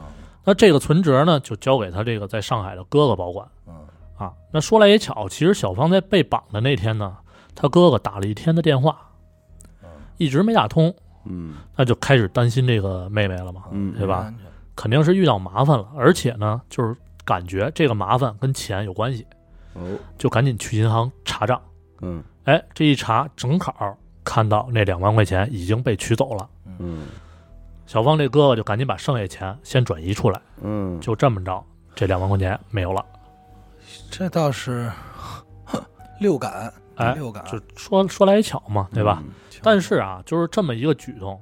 Speaker 3: 那这个存折呢，就交给他这个在上海的哥哥保管
Speaker 2: 嗯，
Speaker 3: 啊。那说来也巧，其实小芳在被绑的那天呢，他哥哥打了一天的电话
Speaker 2: 嗯，
Speaker 3: 一直没打通，
Speaker 1: 嗯
Speaker 3: 那就开始担心这个妹妹了嘛，
Speaker 1: 嗯
Speaker 3: 对吧
Speaker 2: 安全？
Speaker 3: 肯定是遇到麻烦了。而且呢，就是感觉这个麻烦跟钱有关系，
Speaker 1: 哦
Speaker 3: 就赶紧去银行查账。
Speaker 1: 嗯
Speaker 3: 哎，这一查，正好看到那两万块钱已经被取走了。
Speaker 1: 嗯
Speaker 3: 小芳这哥哥就赶紧把剩下钱先转移出来，
Speaker 1: 嗯，
Speaker 3: 就这么着，这两万块钱没有了。
Speaker 2: 这倒是呵六感，
Speaker 3: 哎
Speaker 2: 第六感，
Speaker 3: 就说说来也巧嘛，对
Speaker 1: 嗯
Speaker 3: 吧？？但是啊，就是这么一个举动，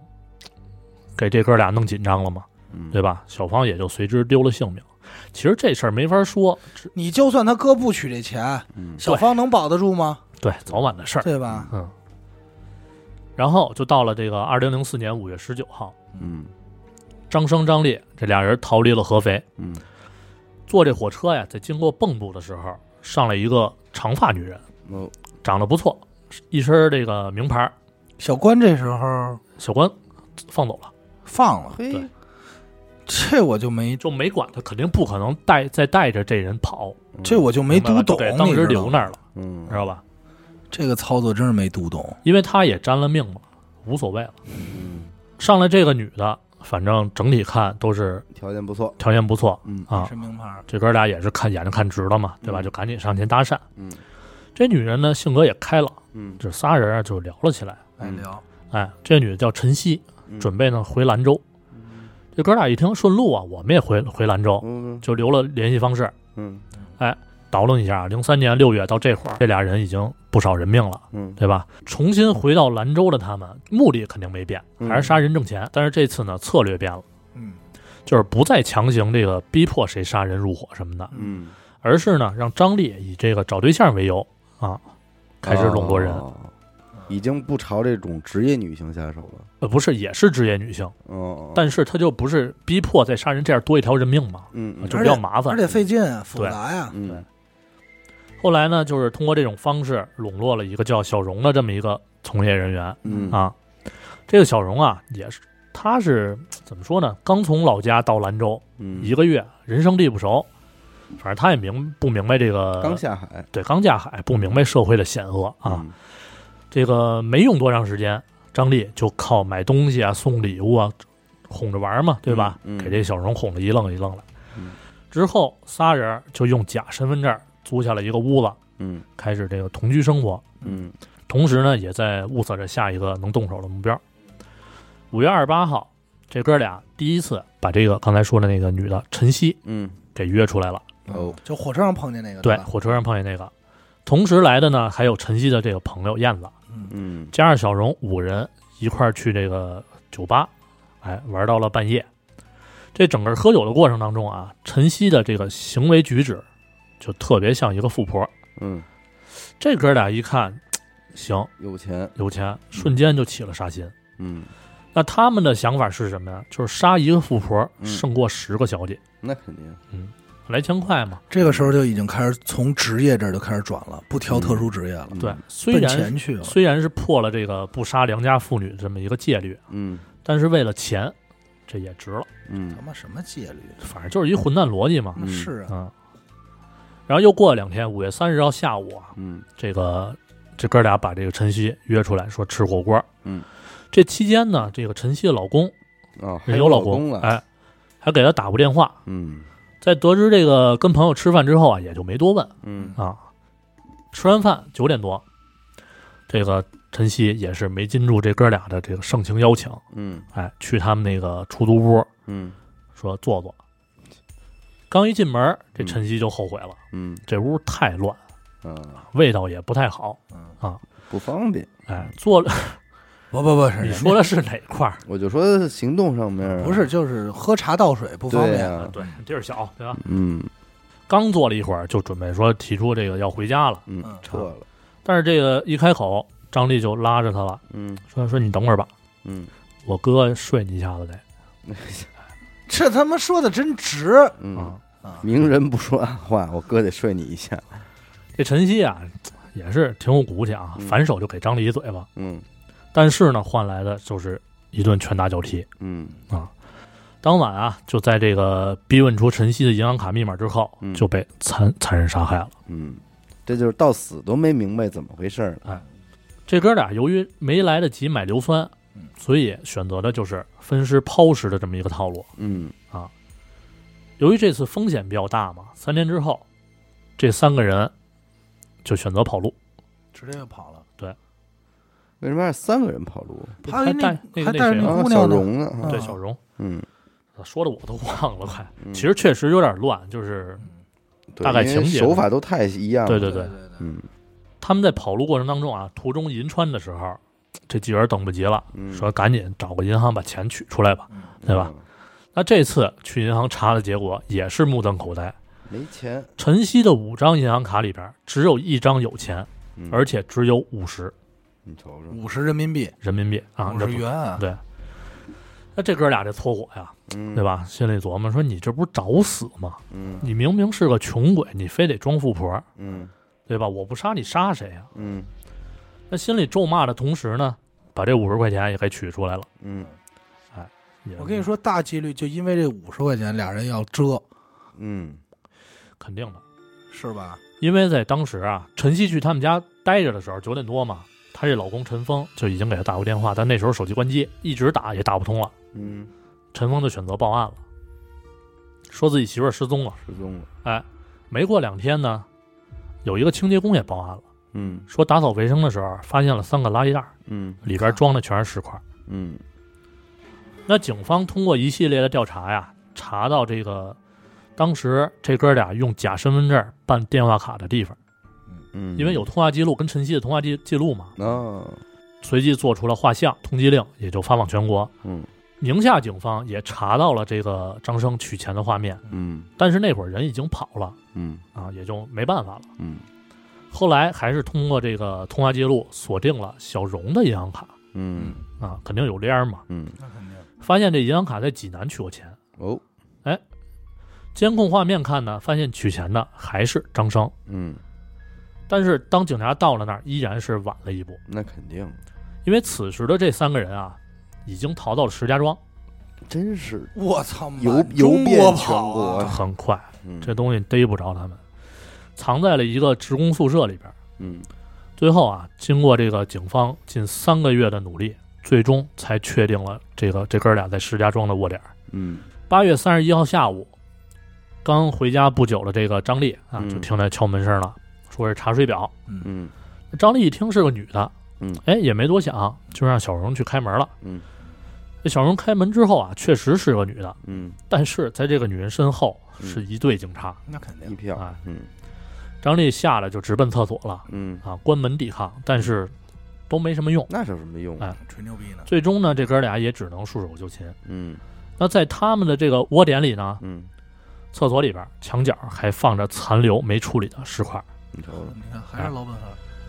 Speaker 3: 给这哥俩弄紧张了嘛，
Speaker 1: 嗯，
Speaker 3: 对吧？小芳也就随之丢了性命。其实这事儿没法说，只
Speaker 2: 你就算他哥不取这钱，
Speaker 1: 嗯，
Speaker 2: 小芳能保得住吗？
Speaker 3: 对早晚的事儿。
Speaker 2: 对吧？
Speaker 3: 嗯。然后就到了这个二零零四年五月十九号，
Speaker 1: 嗯
Speaker 3: 张生、张烈这俩人逃离了合肥，
Speaker 1: 嗯
Speaker 3: 坐这火车呀，在经过蚌埠的时候，上来一个长发女人，
Speaker 1: 嗯，哦，
Speaker 3: 长得不错，一身这个名牌儿，
Speaker 2: 小关这时候
Speaker 3: 小关放走了，
Speaker 2: 放了，
Speaker 1: 嘿，
Speaker 3: 对
Speaker 2: 这我就没
Speaker 3: 就没管他，肯定不可能带再带着这人跑，
Speaker 2: 这我就没
Speaker 3: 明
Speaker 2: 读
Speaker 3: 白吧
Speaker 2: 懂，
Speaker 3: 对，当
Speaker 2: 你知
Speaker 3: 时
Speaker 2: 道
Speaker 3: 留
Speaker 2: 吗
Speaker 3: 那儿了，
Speaker 1: 嗯
Speaker 3: 知道吧？
Speaker 2: 这个操作真是没读懂。
Speaker 3: 因为他也沾了命嘛，无所谓了。
Speaker 1: 嗯，
Speaker 3: 上来这个女的，反正整体看都是
Speaker 1: 条件不错，
Speaker 3: 条件不错
Speaker 1: 嗯
Speaker 3: 啊
Speaker 2: 是，名牌，
Speaker 3: 这哥俩也是看眼睛看直了嘛，对吧？
Speaker 1: 嗯
Speaker 3: 就赶紧上前搭讪。
Speaker 1: 嗯
Speaker 3: 这女人呢，性格也开朗，
Speaker 1: 嗯，
Speaker 3: 这仨人啊就聊了起来。
Speaker 2: 来
Speaker 1: 嗯
Speaker 2: 聊。
Speaker 3: 哎，这女的叫晨曦，
Speaker 1: 嗯
Speaker 3: 准备呢回兰州。这哥俩一听顺路啊，我们也回回兰州，
Speaker 1: 嗯
Speaker 3: 就留了联系方式。
Speaker 1: 嗯
Speaker 3: 倒楞一下，零三年六月到这会儿，这俩人已经不少人命了，
Speaker 1: 嗯
Speaker 3: 对吧？重新回到兰州的他们，目的肯定没变，
Speaker 1: 嗯
Speaker 3: 还是杀人挣钱。但是这次呢，策略变了，
Speaker 2: 嗯，
Speaker 3: 就是不再强行这个逼迫谁杀人入伙什么的，
Speaker 1: 嗯，
Speaker 3: 而是呢让张力以这个找对象为由啊，开始笼络人。
Speaker 1: 哦，已经不朝这种职业女性下手了。
Speaker 3: 呃，不是，也是职业女性，
Speaker 1: 哦，
Speaker 3: 但是她就不是逼迫再杀人，这样多一条人命嘛，
Speaker 1: 嗯
Speaker 3: 就
Speaker 2: 而
Speaker 3: 比
Speaker 2: 且
Speaker 3: 较麻烦
Speaker 2: 而。且费劲啊，复杂呀。
Speaker 1: 嗯
Speaker 3: 后来呢，就是通过这种方式笼络了一个叫小荣的这么一个从业人员
Speaker 1: 嗯
Speaker 3: 啊。这个小荣啊，也是他是怎么说呢？刚从老家到兰州
Speaker 1: 嗯，
Speaker 3: 一个月，人生地不熟，反正他也明不明白这个
Speaker 1: 刚下嗯海
Speaker 3: 对刚下海不明白社会的险恶啊。，这个没用多长时间，张丽就靠买东西啊、送礼物啊，哄着玩儿嘛，对吧？
Speaker 1: 嗯嗯
Speaker 3: 给这小荣哄得一愣一愣的。
Speaker 1: 嗯
Speaker 3: 之后仨人就用假身份证租下了一个屋子，
Speaker 1: 嗯
Speaker 3: 开始这个同居生活，
Speaker 1: 嗯
Speaker 3: 同时呢，也在物色着下一个能动手的目标。五月二十八号，这哥俩第一次把这个刚才说的那个女的晨曦
Speaker 1: 嗯
Speaker 3: 给约出来了，
Speaker 1: 哦，
Speaker 2: 嗯就火车上碰见那个，
Speaker 3: 对，
Speaker 2: 吧
Speaker 3: 火车上碰见那个。同时来的呢，还有晨曦的这个朋友燕子，
Speaker 1: 嗯
Speaker 3: 加上小荣五人一块儿去这个酒吧，哎，玩到了半夜。这整个喝酒的过程当中啊，晨曦的这个行为举止就特别像一个富婆。
Speaker 1: 嗯，
Speaker 3: 这哥俩一看，行，
Speaker 1: 有钱，
Speaker 3: 有钱，瞬间就起了杀心。
Speaker 1: 嗯，
Speaker 3: 那他们的想法是什么呀？就是杀一个富婆
Speaker 1: 嗯
Speaker 3: 胜过十个小姐，
Speaker 1: 那肯定，
Speaker 3: 来钱快嘛。
Speaker 2: 这个时候就已经开始从职业这儿就开始转了，不
Speaker 1: 嗯
Speaker 2: 挑特殊职业了，
Speaker 3: 对，嗯虽
Speaker 2: 嗯奔
Speaker 3: 然
Speaker 2: 钱去了。
Speaker 3: 虽然是破了这个不杀良家妇女这么一个戒律，
Speaker 1: 嗯
Speaker 3: 但是为了钱，这也值了。
Speaker 1: 嗯
Speaker 2: 他妈什么戒律？啊
Speaker 3: 反正就是一混蛋逻辑嘛。
Speaker 1: 嗯
Speaker 2: 是啊，
Speaker 3: 嗯，然后又过了两天，五月三十号下午啊，
Speaker 1: 嗯
Speaker 3: 这个这哥俩把这个晨曦约出来说吃火锅。
Speaker 1: 嗯，
Speaker 3: 这期间呢，这个晨曦的老公
Speaker 1: 哦，还
Speaker 3: 也
Speaker 1: 有
Speaker 3: 老
Speaker 1: 公了，
Speaker 3: 哎，还给他打过电话。
Speaker 1: 嗯
Speaker 3: 在得知这个跟朋友吃饭之后啊，也就没多问
Speaker 1: 嗯
Speaker 3: 啊。吃完饭九点多，这个晨曦也是没禁住这哥俩的这个盛情邀请，
Speaker 1: 嗯
Speaker 3: 哎，去他们那个出租屋
Speaker 1: 嗯
Speaker 3: 说坐坐。刚一进门，这
Speaker 1: 嗯
Speaker 3: 晨曦就后悔了，
Speaker 1: 嗯
Speaker 3: 这屋太乱。
Speaker 1: 啊，
Speaker 3: 味道也不太好。
Speaker 1: 嗯
Speaker 2: 嗯
Speaker 1: 不方便，
Speaker 3: 哎，做了
Speaker 2: 不不不是，
Speaker 3: 你说的是哪块儿？
Speaker 1: 我就说行动上面啊
Speaker 2: 不是就是喝茶倒水不方
Speaker 1: 嗯对
Speaker 2: 便？
Speaker 1: 啊，
Speaker 3: 对，地儿小，对吧？
Speaker 1: 嗯
Speaker 3: 刚坐了一会儿，就准备说提出这个要回家了，
Speaker 1: 嗯，撤
Speaker 3: 啊
Speaker 1: 了，
Speaker 3: 但是这个一开口，张丽就拉着他了，
Speaker 1: 嗯
Speaker 3: 说说你等会儿吧，
Speaker 1: 嗯
Speaker 3: 我哥睡你一下子得
Speaker 2: 这他妈说的真值
Speaker 1: 嗯
Speaker 3: 啊。。
Speaker 2: 啊！
Speaker 1: 明人不说暗话，我哥得睡你一下。
Speaker 3: 这晨曦啊，也是挺有骨气啊，
Speaker 1: 嗯
Speaker 3: 反手就给张丽一嘴巴，
Speaker 1: 嗯
Speaker 3: 但是呢，换来的就是一顿拳打脚踢。
Speaker 1: 嗯
Speaker 3: 当晚啊，就在这个逼问出晨曦的银行卡密码之后，
Speaker 1: 嗯
Speaker 3: 就被残残忍杀害了。
Speaker 1: 嗯，这就是到死都没明白怎么回事儿了。
Speaker 3: 这哥俩由于没来得及买硫酸，
Speaker 1: 嗯
Speaker 3: 所以选择的就是分尸抛尸的这么一个套路。
Speaker 1: 嗯
Speaker 3: 由于这次风险比较大嘛，三天之后，这三个人就选择跑路。
Speaker 2: 直接就跑了。
Speaker 1: 为什么还是三个人跑路？
Speaker 2: 还有那
Speaker 3: 带那
Speaker 2: 还
Speaker 3: 个
Speaker 2: 带着
Speaker 3: 谁啊
Speaker 2: 那
Speaker 1: 啊，
Speaker 2: 姑
Speaker 1: 小
Speaker 2: 娘呢
Speaker 1: 荣呢？
Speaker 2: 啊
Speaker 3: 对小荣，
Speaker 1: 嗯，
Speaker 3: 说的我都忘了，快。
Speaker 1: 嗯
Speaker 3: 其实确实有点乱，就是
Speaker 1: 对
Speaker 3: 大概
Speaker 1: 因为
Speaker 3: 情节
Speaker 1: 手法都太一样了。
Speaker 3: 对对
Speaker 2: 对对，
Speaker 1: 嗯
Speaker 3: 他们在跑路过程当中啊，途中银川的时候，这记者等不及了，
Speaker 1: 嗯
Speaker 3: 说赶紧找个银行把钱取出来吧，对吧？？那这次去银行查的结果也是目瞪口呆，
Speaker 1: 嗯没钱，
Speaker 3: 晨曦的五张银行卡里边只有一张有钱，
Speaker 1: 嗯
Speaker 3: 而且嗯只有五十
Speaker 1: 你瞅瞅，
Speaker 2: 五十人民币，
Speaker 3: 人民币啊，
Speaker 2: 五
Speaker 3: 这
Speaker 2: 十
Speaker 3: 不
Speaker 2: 元啊，
Speaker 3: 对。那这哥俩这搓火呀，
Speaker 1: 嗯
Speaker 3: 对？吧？心里琢磨说：“你这不是找死吗？
Speaker 1: 嗯
Speaker 3: 你明明是个穷鬼，你非得装富婆，
Speaker 1: 嗯
Speaker 3: 对吧？我不杀你杀谁呀、
Speaker 1: 嗯
Speaker 3: 那心里咒骂的同时呢，把这五十块钱也给取出来了。
Speaker 1: 嗯
Speaker 3: 也
Speaker 2: 我跟你，说，大几率就因为这五十块钱，俩人要折，
Speaker 1: 嗯
Speaker 3: 肯定的，
Speaker 2: 是吧？
Speaker 3: 因为在当时啊，晨曦去他们家待着的时候，九点多嘛，她这老公陈峰就已经给她打过电话，但那时候手机关机，一直打也打不通了。
Speaker 1: 嗯，
Speaker 3: 陈峰就选择报案了，说自己媳妇儿失踪了。
Speaker 1: 失踪了，
Speaker 3: 没过两天呢，有一个清洁工也报案了，
Speaker 1: 嗯
Speaker 3: 说打扫卫生的时候发现了三个垃圾袋，
Speaker 1: 嗯
Speaker 3: 里边装的全是石块。
Speaker 1: 嗯
Speaker 3: 那警方通过一系列的调查呀，查到这个当时这哥俩用假身份证办电话卡的地方，
Speaker 1: 嗯，
Speaker 3: 因为有通话记录跟晨曦的通话记记录嘛，
Speaker 1: 啊，
Speaker 3: 随即做出了画像通缉令，也就发往全国。
Speaker 1: 嗯
Speaker 3: 宁夏警方也查到了这个张生取钱的画面，
Speaker 1: 嗯
Speaker 3: 但是那会儿人已经跑了
Speaker 1: 嗯
Speaker 3: 啊，也就没办法了。
Speaker 1: 嗯
Speaker 3: 后来还是通过这个通话记录锁定了小荣的银呃行卡
Speaker 1: 嗯
Speaker 3: 啊，肯定有链儿嘛，
Speaker 1: 嗯，
Speaker 2: 那肯定。
Speaker 3: 发现这银行卡在济南取过钱。
Speaker 1: 哦，
Speaker 3: 监控画面看呢，发现取钱的还是张生，
Speaker 1: 嗯，
Speaker 3: 但是当警察到了那儿，依然是晚了一步，
Speaker 1: 那肯定，
Speaker 3: 因为此时的这三个人啊，已经逃到了石家庄。
Speaker 1: 真是，
Speaker 2: 我操，满
Speaker 1: 游
Speaker 2: 中
Speaker 1: 游遍
Speaker 2: 国
Speaker 1: 全
Speaker 2: 跑
Speaker 1: 国
Speaker 2: 啊！
Speaker 3: 很快，
Speaker 1: 嗯
Speaker 3: 这东西逮不着他们，藏在了一个职工宿舍里边。
Speaker 1: 嗯
Speaker 3: 最后啊，经过这个警方近三个月的努力，最终才确定了这个这哥俩在石家庄的窝点儿。
Speaker 1: 嗯
Speaker 3: 八月三十一号下午，刚回家不久的这个张丽啊，
Speaker 1: 嗯
Speaker 3: 就听见敲门声了，说是查水表。
Speaker 1: 嗯
Speaker 3: 张丽一听是个女的，
Speaker 1: 嗯，
Speaker 3: 哎，也没多想，就让小荣去开门了。
Speaker 1: 嗯，
Speaker 3: 这小荣开门之后啊，确实是个女的，
Speaker 1: 嗯，
Speaker 3: 但是在这个女人身后
Speaker 1: 嗯
Speaker 3: 是一队警察。
Speaker 2: 那肯
Speaker 1: 一
Speaker 2: 定，
Speaker 1: 票，
Speaker 3: 啊
Speaker 1: 嗯
Speaker 3: 张丽吓得就直奔厕所了
Speaker 1: 嗯，
Speaker 3: 啊，关门抵抗，但是都没什么用。
Speaker 1: 那是有什么用？啊
Speaker 3: 哎
Speaker 2: 吹牛逼呢。
Speaker 3: 最终呢，这哥俩也只能束手就擒。
Speaker 1: 嗯
Speaker 3: 那在他们的这个窝点里呢，
Speaker 1: 嗯，
Speaker 3: 厕所里边墙角还放着残留没处理的石块，
Speaker 1: 你瞅瞅，
Speaker 2: 你看，还是老本行。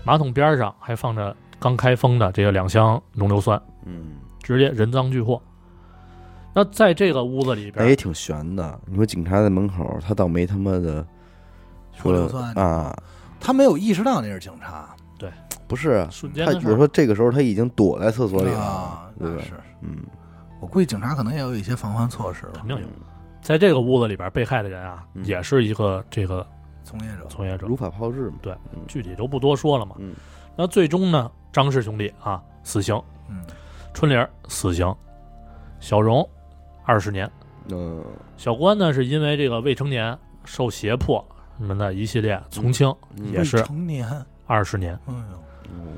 Speaker 3: 马桶边上还放着刚开封的这个两箱浓硫酸，
Speaker 1: 嗯，
Speaker 3: 直接人赃俱获。那在这个屋子里
Speaker 1: 那
Speaker 3: 边
Speaker 1: 也，挺悬的。你说警察在门口，他倒没他妈的
Speaker 2: 说
Speaker 1: 说
Speaker 2: 硫酸
Speaker 1: 啊，
Speaker 2: 他没有意识到那是警察，
Speaker 1: 不是啊，
Speaker 3: 瞬间
Speaker 1: 他
Speaker 3: 的事
Speaker 1: 我
Speaker 3: 儿，
Speaker 1: 说这个时候他已经躲在厕所里
Speaker 2: 啊
Speaker 1: 了，，对
Speaker 2: 那
Speaker 1: 吧？
Speaker 2: 是。
Speaker 1: 嗯，
Speaker 2: 我估计警察可能也有一些防范措施吧
Speaker 3: 肯。定有。在这个屋子里边，被害的人啊，
Speaker 1: 嗯
Speaker 3: 也是一个这个
Speaker 2: 从业者，
Speaker 3: 从业者，
Speaker 1: 如法炮制嘛。
Speaker 3: 对
Speaker 1: 嗯，
Speaker 3: 具体就不多说了嘛。
Speaker 1: 嗯
Speaker 3: 那最终呢，张氏兄弟啊，死刑；
Speaker 2: 嗯，
Speaker 3: 春玲死刑，小荣二十年，
Speaker 1: 嗯
Speaker 3: 小关呢是因为这个未成年受胁迫什么的一系列从轻
Speaker 1: 嗯
Speaker 3: 也是
Speaker 2: 未成年，
Speaker 3: 二十年。
Speaker 2: 哎呦，
Speaker 1: 嗯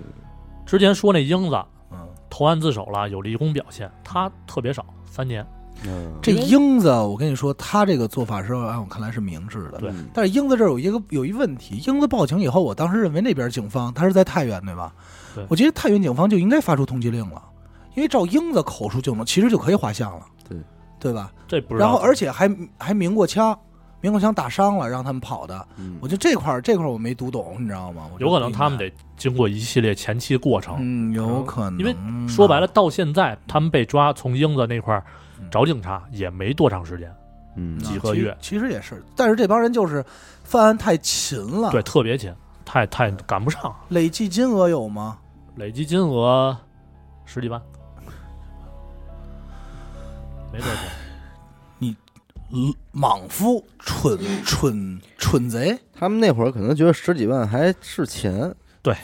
Speaker 3: 之前说那英子
Speaker 2: 嗯，
Speaker 3: 投案自首了，有立功表现，他特别少，三年。
Speaker 1: 嗯
Speaker 2: 这
Speaker 3: 因为
Speaker 2: 英子，我跟你说，他这个做法是按我看来是明智的。
Speaker 3: 对
Speaker 1: 嗯
Speaker 2: 但是英子这儿有一个有一问题，英子报警以后，我当时认为那边警方他是在太原对吧？
Speaker 3: 对
Speaker 2: 我觉得太原警方就应该发出通缉令了，因为照英子口述就能，其实就可以画像了，
Speaker 1: 对
Speaker 2: 对吧？
Speaker 3: 这不知道
Speaker 2: 然后而且还还鸣过枪，鸣过枪打伤了，让他们跑的。
Speaker 1: 嗯
Speaker 2: 我觉得这块儿这块儿我没读懂，你知道吗？我就
Speaker 3: 有可能
Speaker 2: 不明白
Speaker 3: 他们得经过一系列前期过程。
Speaker 2: 嗯，有可能，
Speaker 3: 因为说白了，，到现在他们被抓，从英子那块儿
Speaker 2: 嗯
Speaker 3: 找警察也没多长时间，
Speaker 1: 嗯
Speaker 3: 几个月
Speaker 2: 其，其实也是，但是这帮人就是犯案太勤了，
Speaker 3: 对，，特别勤，太太赶不上，
Speaker 2: 累计金额有吗？
Speaker 3: 累计金额十几万，
Speaker 2: 哎
Speaker 3: 没多少钱。
Speaker 2: 嗯莽夫、蠢蠢蠢贼，
Speaker 1: 他们那会儿可能觉得十几万还是钱，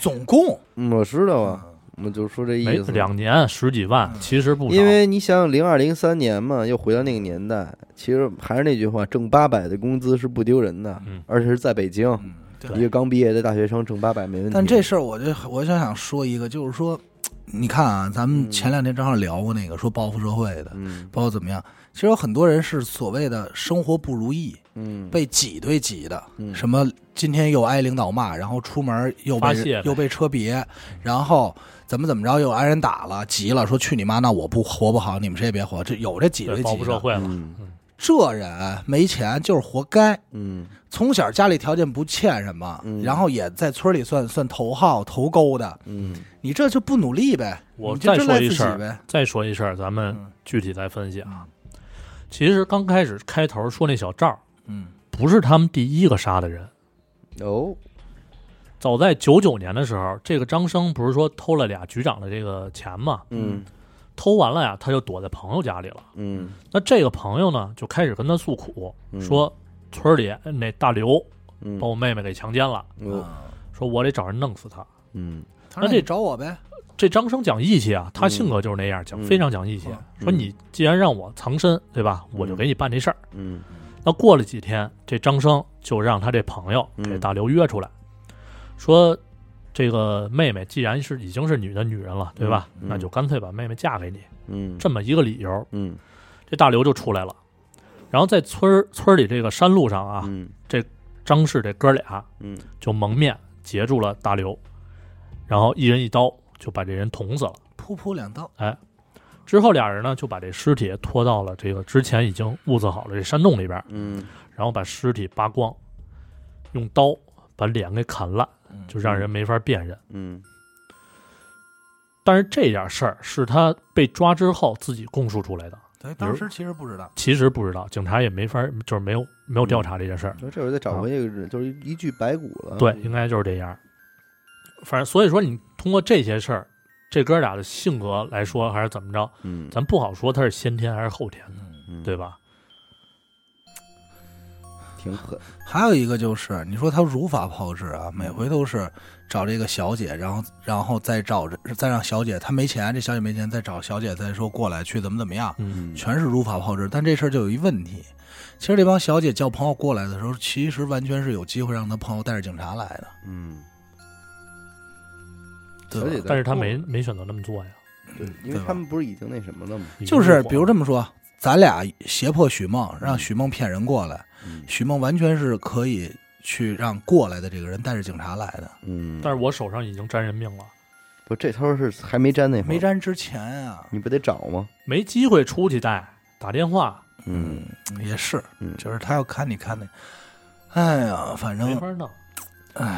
Speaker 2: 总共
Speaker 1: 嗯我知道啊，我就说这
Speaker 3: 没
Speaker 1: 意思。
Speaker 3: 两年十几万，
Speaker 2: 嗯
Speaker 3: 其实不少。
Speaker 1: 因为你想零二零三年嘛，又回到那个年代，其实还是那句话，挣八百的工资是不丢人的，
Speaker 3: 嗯
Speaker 1: 而且是在北京，
Speaker 2: 嗯，
Speaker 1: 一
Speaker 2: 对。
Speaker 1: 个刚毕业的大学生挣八百没问题。
Speaker 2: 但这事儿，我就我就想说一个，就是说，你看啊，咱们
Speaker 1: 嗯
Speaker 2: 前两天正好聊过那个说报复社会的，
Speaker 1: 嗯
Speaker 2: 包括怎么样，其实有很多人是所谓的生活不如意，
Speaker 1: 嗯，
Speaker 2: 被挤兑挤的，
Speaker 1: 嗯
Speaker 2: 什么今天又挨领导骂，然后出门又被
Speaker 3: 发泄呗
Speaker 2: 又被车别，然后怎么怎么着又挨人打了，急了，说去你妈！那我不活不好，你们谁也别活。这有这挤兑
Speaker 3: 对，报
Speaker 2: 挤
Speaker 3: 复社
Speaker 2: 的，
Speaker 3: 会了，
Speaker 1: 嗯
Speaker 2: 这人没钱就是活该。
Speaker 1: 嗯
Speaker 2: 从小家里条件不欠什么，
Speaker 1: 嗯
Speaker 2: 然后也在村里算算头号头钩的，
Speaker 1: 嗯
Speaker 2: 你这就不努力呗，
Speaker 3: 我
Speaker 2: 你就
Speaker 3: 再
Speaker 2: 真
Speaker 3: 说
Speaker 2: 赖
Speaker 3: 一
Speaker 2: 自己
Speaker 3: 事儿
Speaker 2: 呗。
Speaker 3: 再说一事儿，咱们
Speaker 2: 嗯
Speaker 3: 具体再分析啊。
Speaker 2: 啊，
Speaker 3: 其实刚开始开头说那小赵儿
Speaker 2: 嗯
Speaker 3: 不是他们第一个杀的人，
Speaker 1: 哦，
Speaker 3: 早在九九年的时候，这个张生不是说偷了俩局长的这个钱嘛？
Speaker 1: 嗯
Speaker 3: 偷完了呀，他就躲在朋友家里了。
Speaker 1: 嗯
Speaker 3: 那这个朋友呢，就开始跟他诉苦，
Speaker 1: 嗯
Speaker 3: 说村里那大刘
Speaker 1: 嗯
Speaker 3: 把我妹妹给强奸了，
Speaker 1: 哦
Speaker 2: 啊
Speaker 3: 说我得找人弄死他。
Speaker 1: 嗯
Speaker 2: 他说
Speaker 3: 那这
Speaker 2: 你找我呗，
Speaker 3: 这张生讲义气啊，他
Speaker 1: 嗯
Speaker 3: 性格就是那样，讲
Speaker 1: 嗯
Speaker 3: 非常讲义气
Speaker 2: 嗯。
Speaker 3: 说你既然让我藏身，对吧？我就
Speaker 1: 嗯
Speaker 3: 给你办这事儿。
Speaker 1: 嗯
Speaker 3: 那过了几天，这张生就让他这朋友
Speaker 1: 嗯
Speaker 3: 给大刘约出来，说这个妹妹既然是已经是你的女人了，对吧？
Speaker 1: 嗯嗯
Speaker 3: 那就干脆把妹妹嫁给你，
Speaker 1: 嗯
Speaker 3: 这么一个理由，
Speaker 1: 嗯
Speaker 3: 这大刘就出来了。然后在村儿村里这个山路上啊，
Speaker 1: 嗯
Speaker 3: 张氏这哥俩
Speaker 1: 嗯
Speaker 3: 就蒙面截住了大刘，然后一人一刀就把这人捅死了。
Speaker 2: 噗噗两刀，
Speaker 3: 之后俩人呢就把这尸体拖到了这个之前已经物色好了这山洞里边，
Speaker 1: 嗯
Speaker 3: 然后把尸体扒光，用刀把脸给砍烂，
Speaker 2: 嗯
Speaker 3: 就让人没法辨认。
Speaker 1: 嗯
Speaker 3: 但是这件事儿是他被抓之后自己供述出来的，
Speaker 2: 对，当时其实不知道，
Speaker 3: 其实不知道，警察也没法，就是没有没有调查这件事儿。
Speaker 1: 这会儿再找回这个人，就是一具白骨了。
Speaker 3: 啊对，应该就是这样。反正所以说，你通过这些事儿，这哥俩的性格来说还是怎么着，
Speaker 1: 嗯，
Speaker 3: 咱不好说他是先天还是后天，
Speaker 2: 嗯，
Speaker 1: 嗯
Speaker 3: 对吧？
Speaker 1: 挺狠。
Speaker 2: 还有一个就是，你说他如法炮制
Speaker 1: 嗯
Speaker 2: 啊，每回都是找这个小姐，然后然后再找这再让小姐，她没钱，这小姐没钱，再找小姐再说过来去怎么怎么样，
Speaker 3: 嗯，
Speaker 2: 全是如法炮制。但这事儿就有一问题，其实这帮小姐叫朋友过来的时候，其实完全是有机会让她朋友带着警察来的，
Speaker 1: 嗯，
Speaker 2: 对
Speaker 1: 小姐
Speaker 2: 吧？
Speaker 1: 在
Speaker 3: 但是他
Speaker 1: 过
Speaker 3: 没没选择那么做呀，
Speaker 1: 对，因
Speaker 2: 对
Speaker 1: 为
Speaker 2: 吧
Speaker 1: 他们不是已经那什么了吗？
Speaker 3: 已经
Speaker 2: 就是
Speaker 3: 火
Speaker 2: 比如这么说，咱俩胁迫许梦，让
Speaker 1: 嗯
Speaker 2: 许梦骗人过来，
Speaker 1: 嗯
Speaker 2: 许梦完全是可以去让过来的这个人带着警察来的。
Speaker 1: 嗯，
Speaker 3: 但是我手上已经沾人命了，
Speaker 1: 不，这头是还没粘那会儿
Speaker 2: 没，沾之前啊，
Speaker 1: 你不得找吗？
Speaker 3: 没机会出去带，打电话
Speaker 1: 嗯，
Speaker 2: 也是，
Speaker 1: 嗯
Speaker 2: 就是他要看你看的，哎呀，反
Speaker 3: 没
Speaker 2: 正
Speaker 3: 法弄。
Speaker 2: 真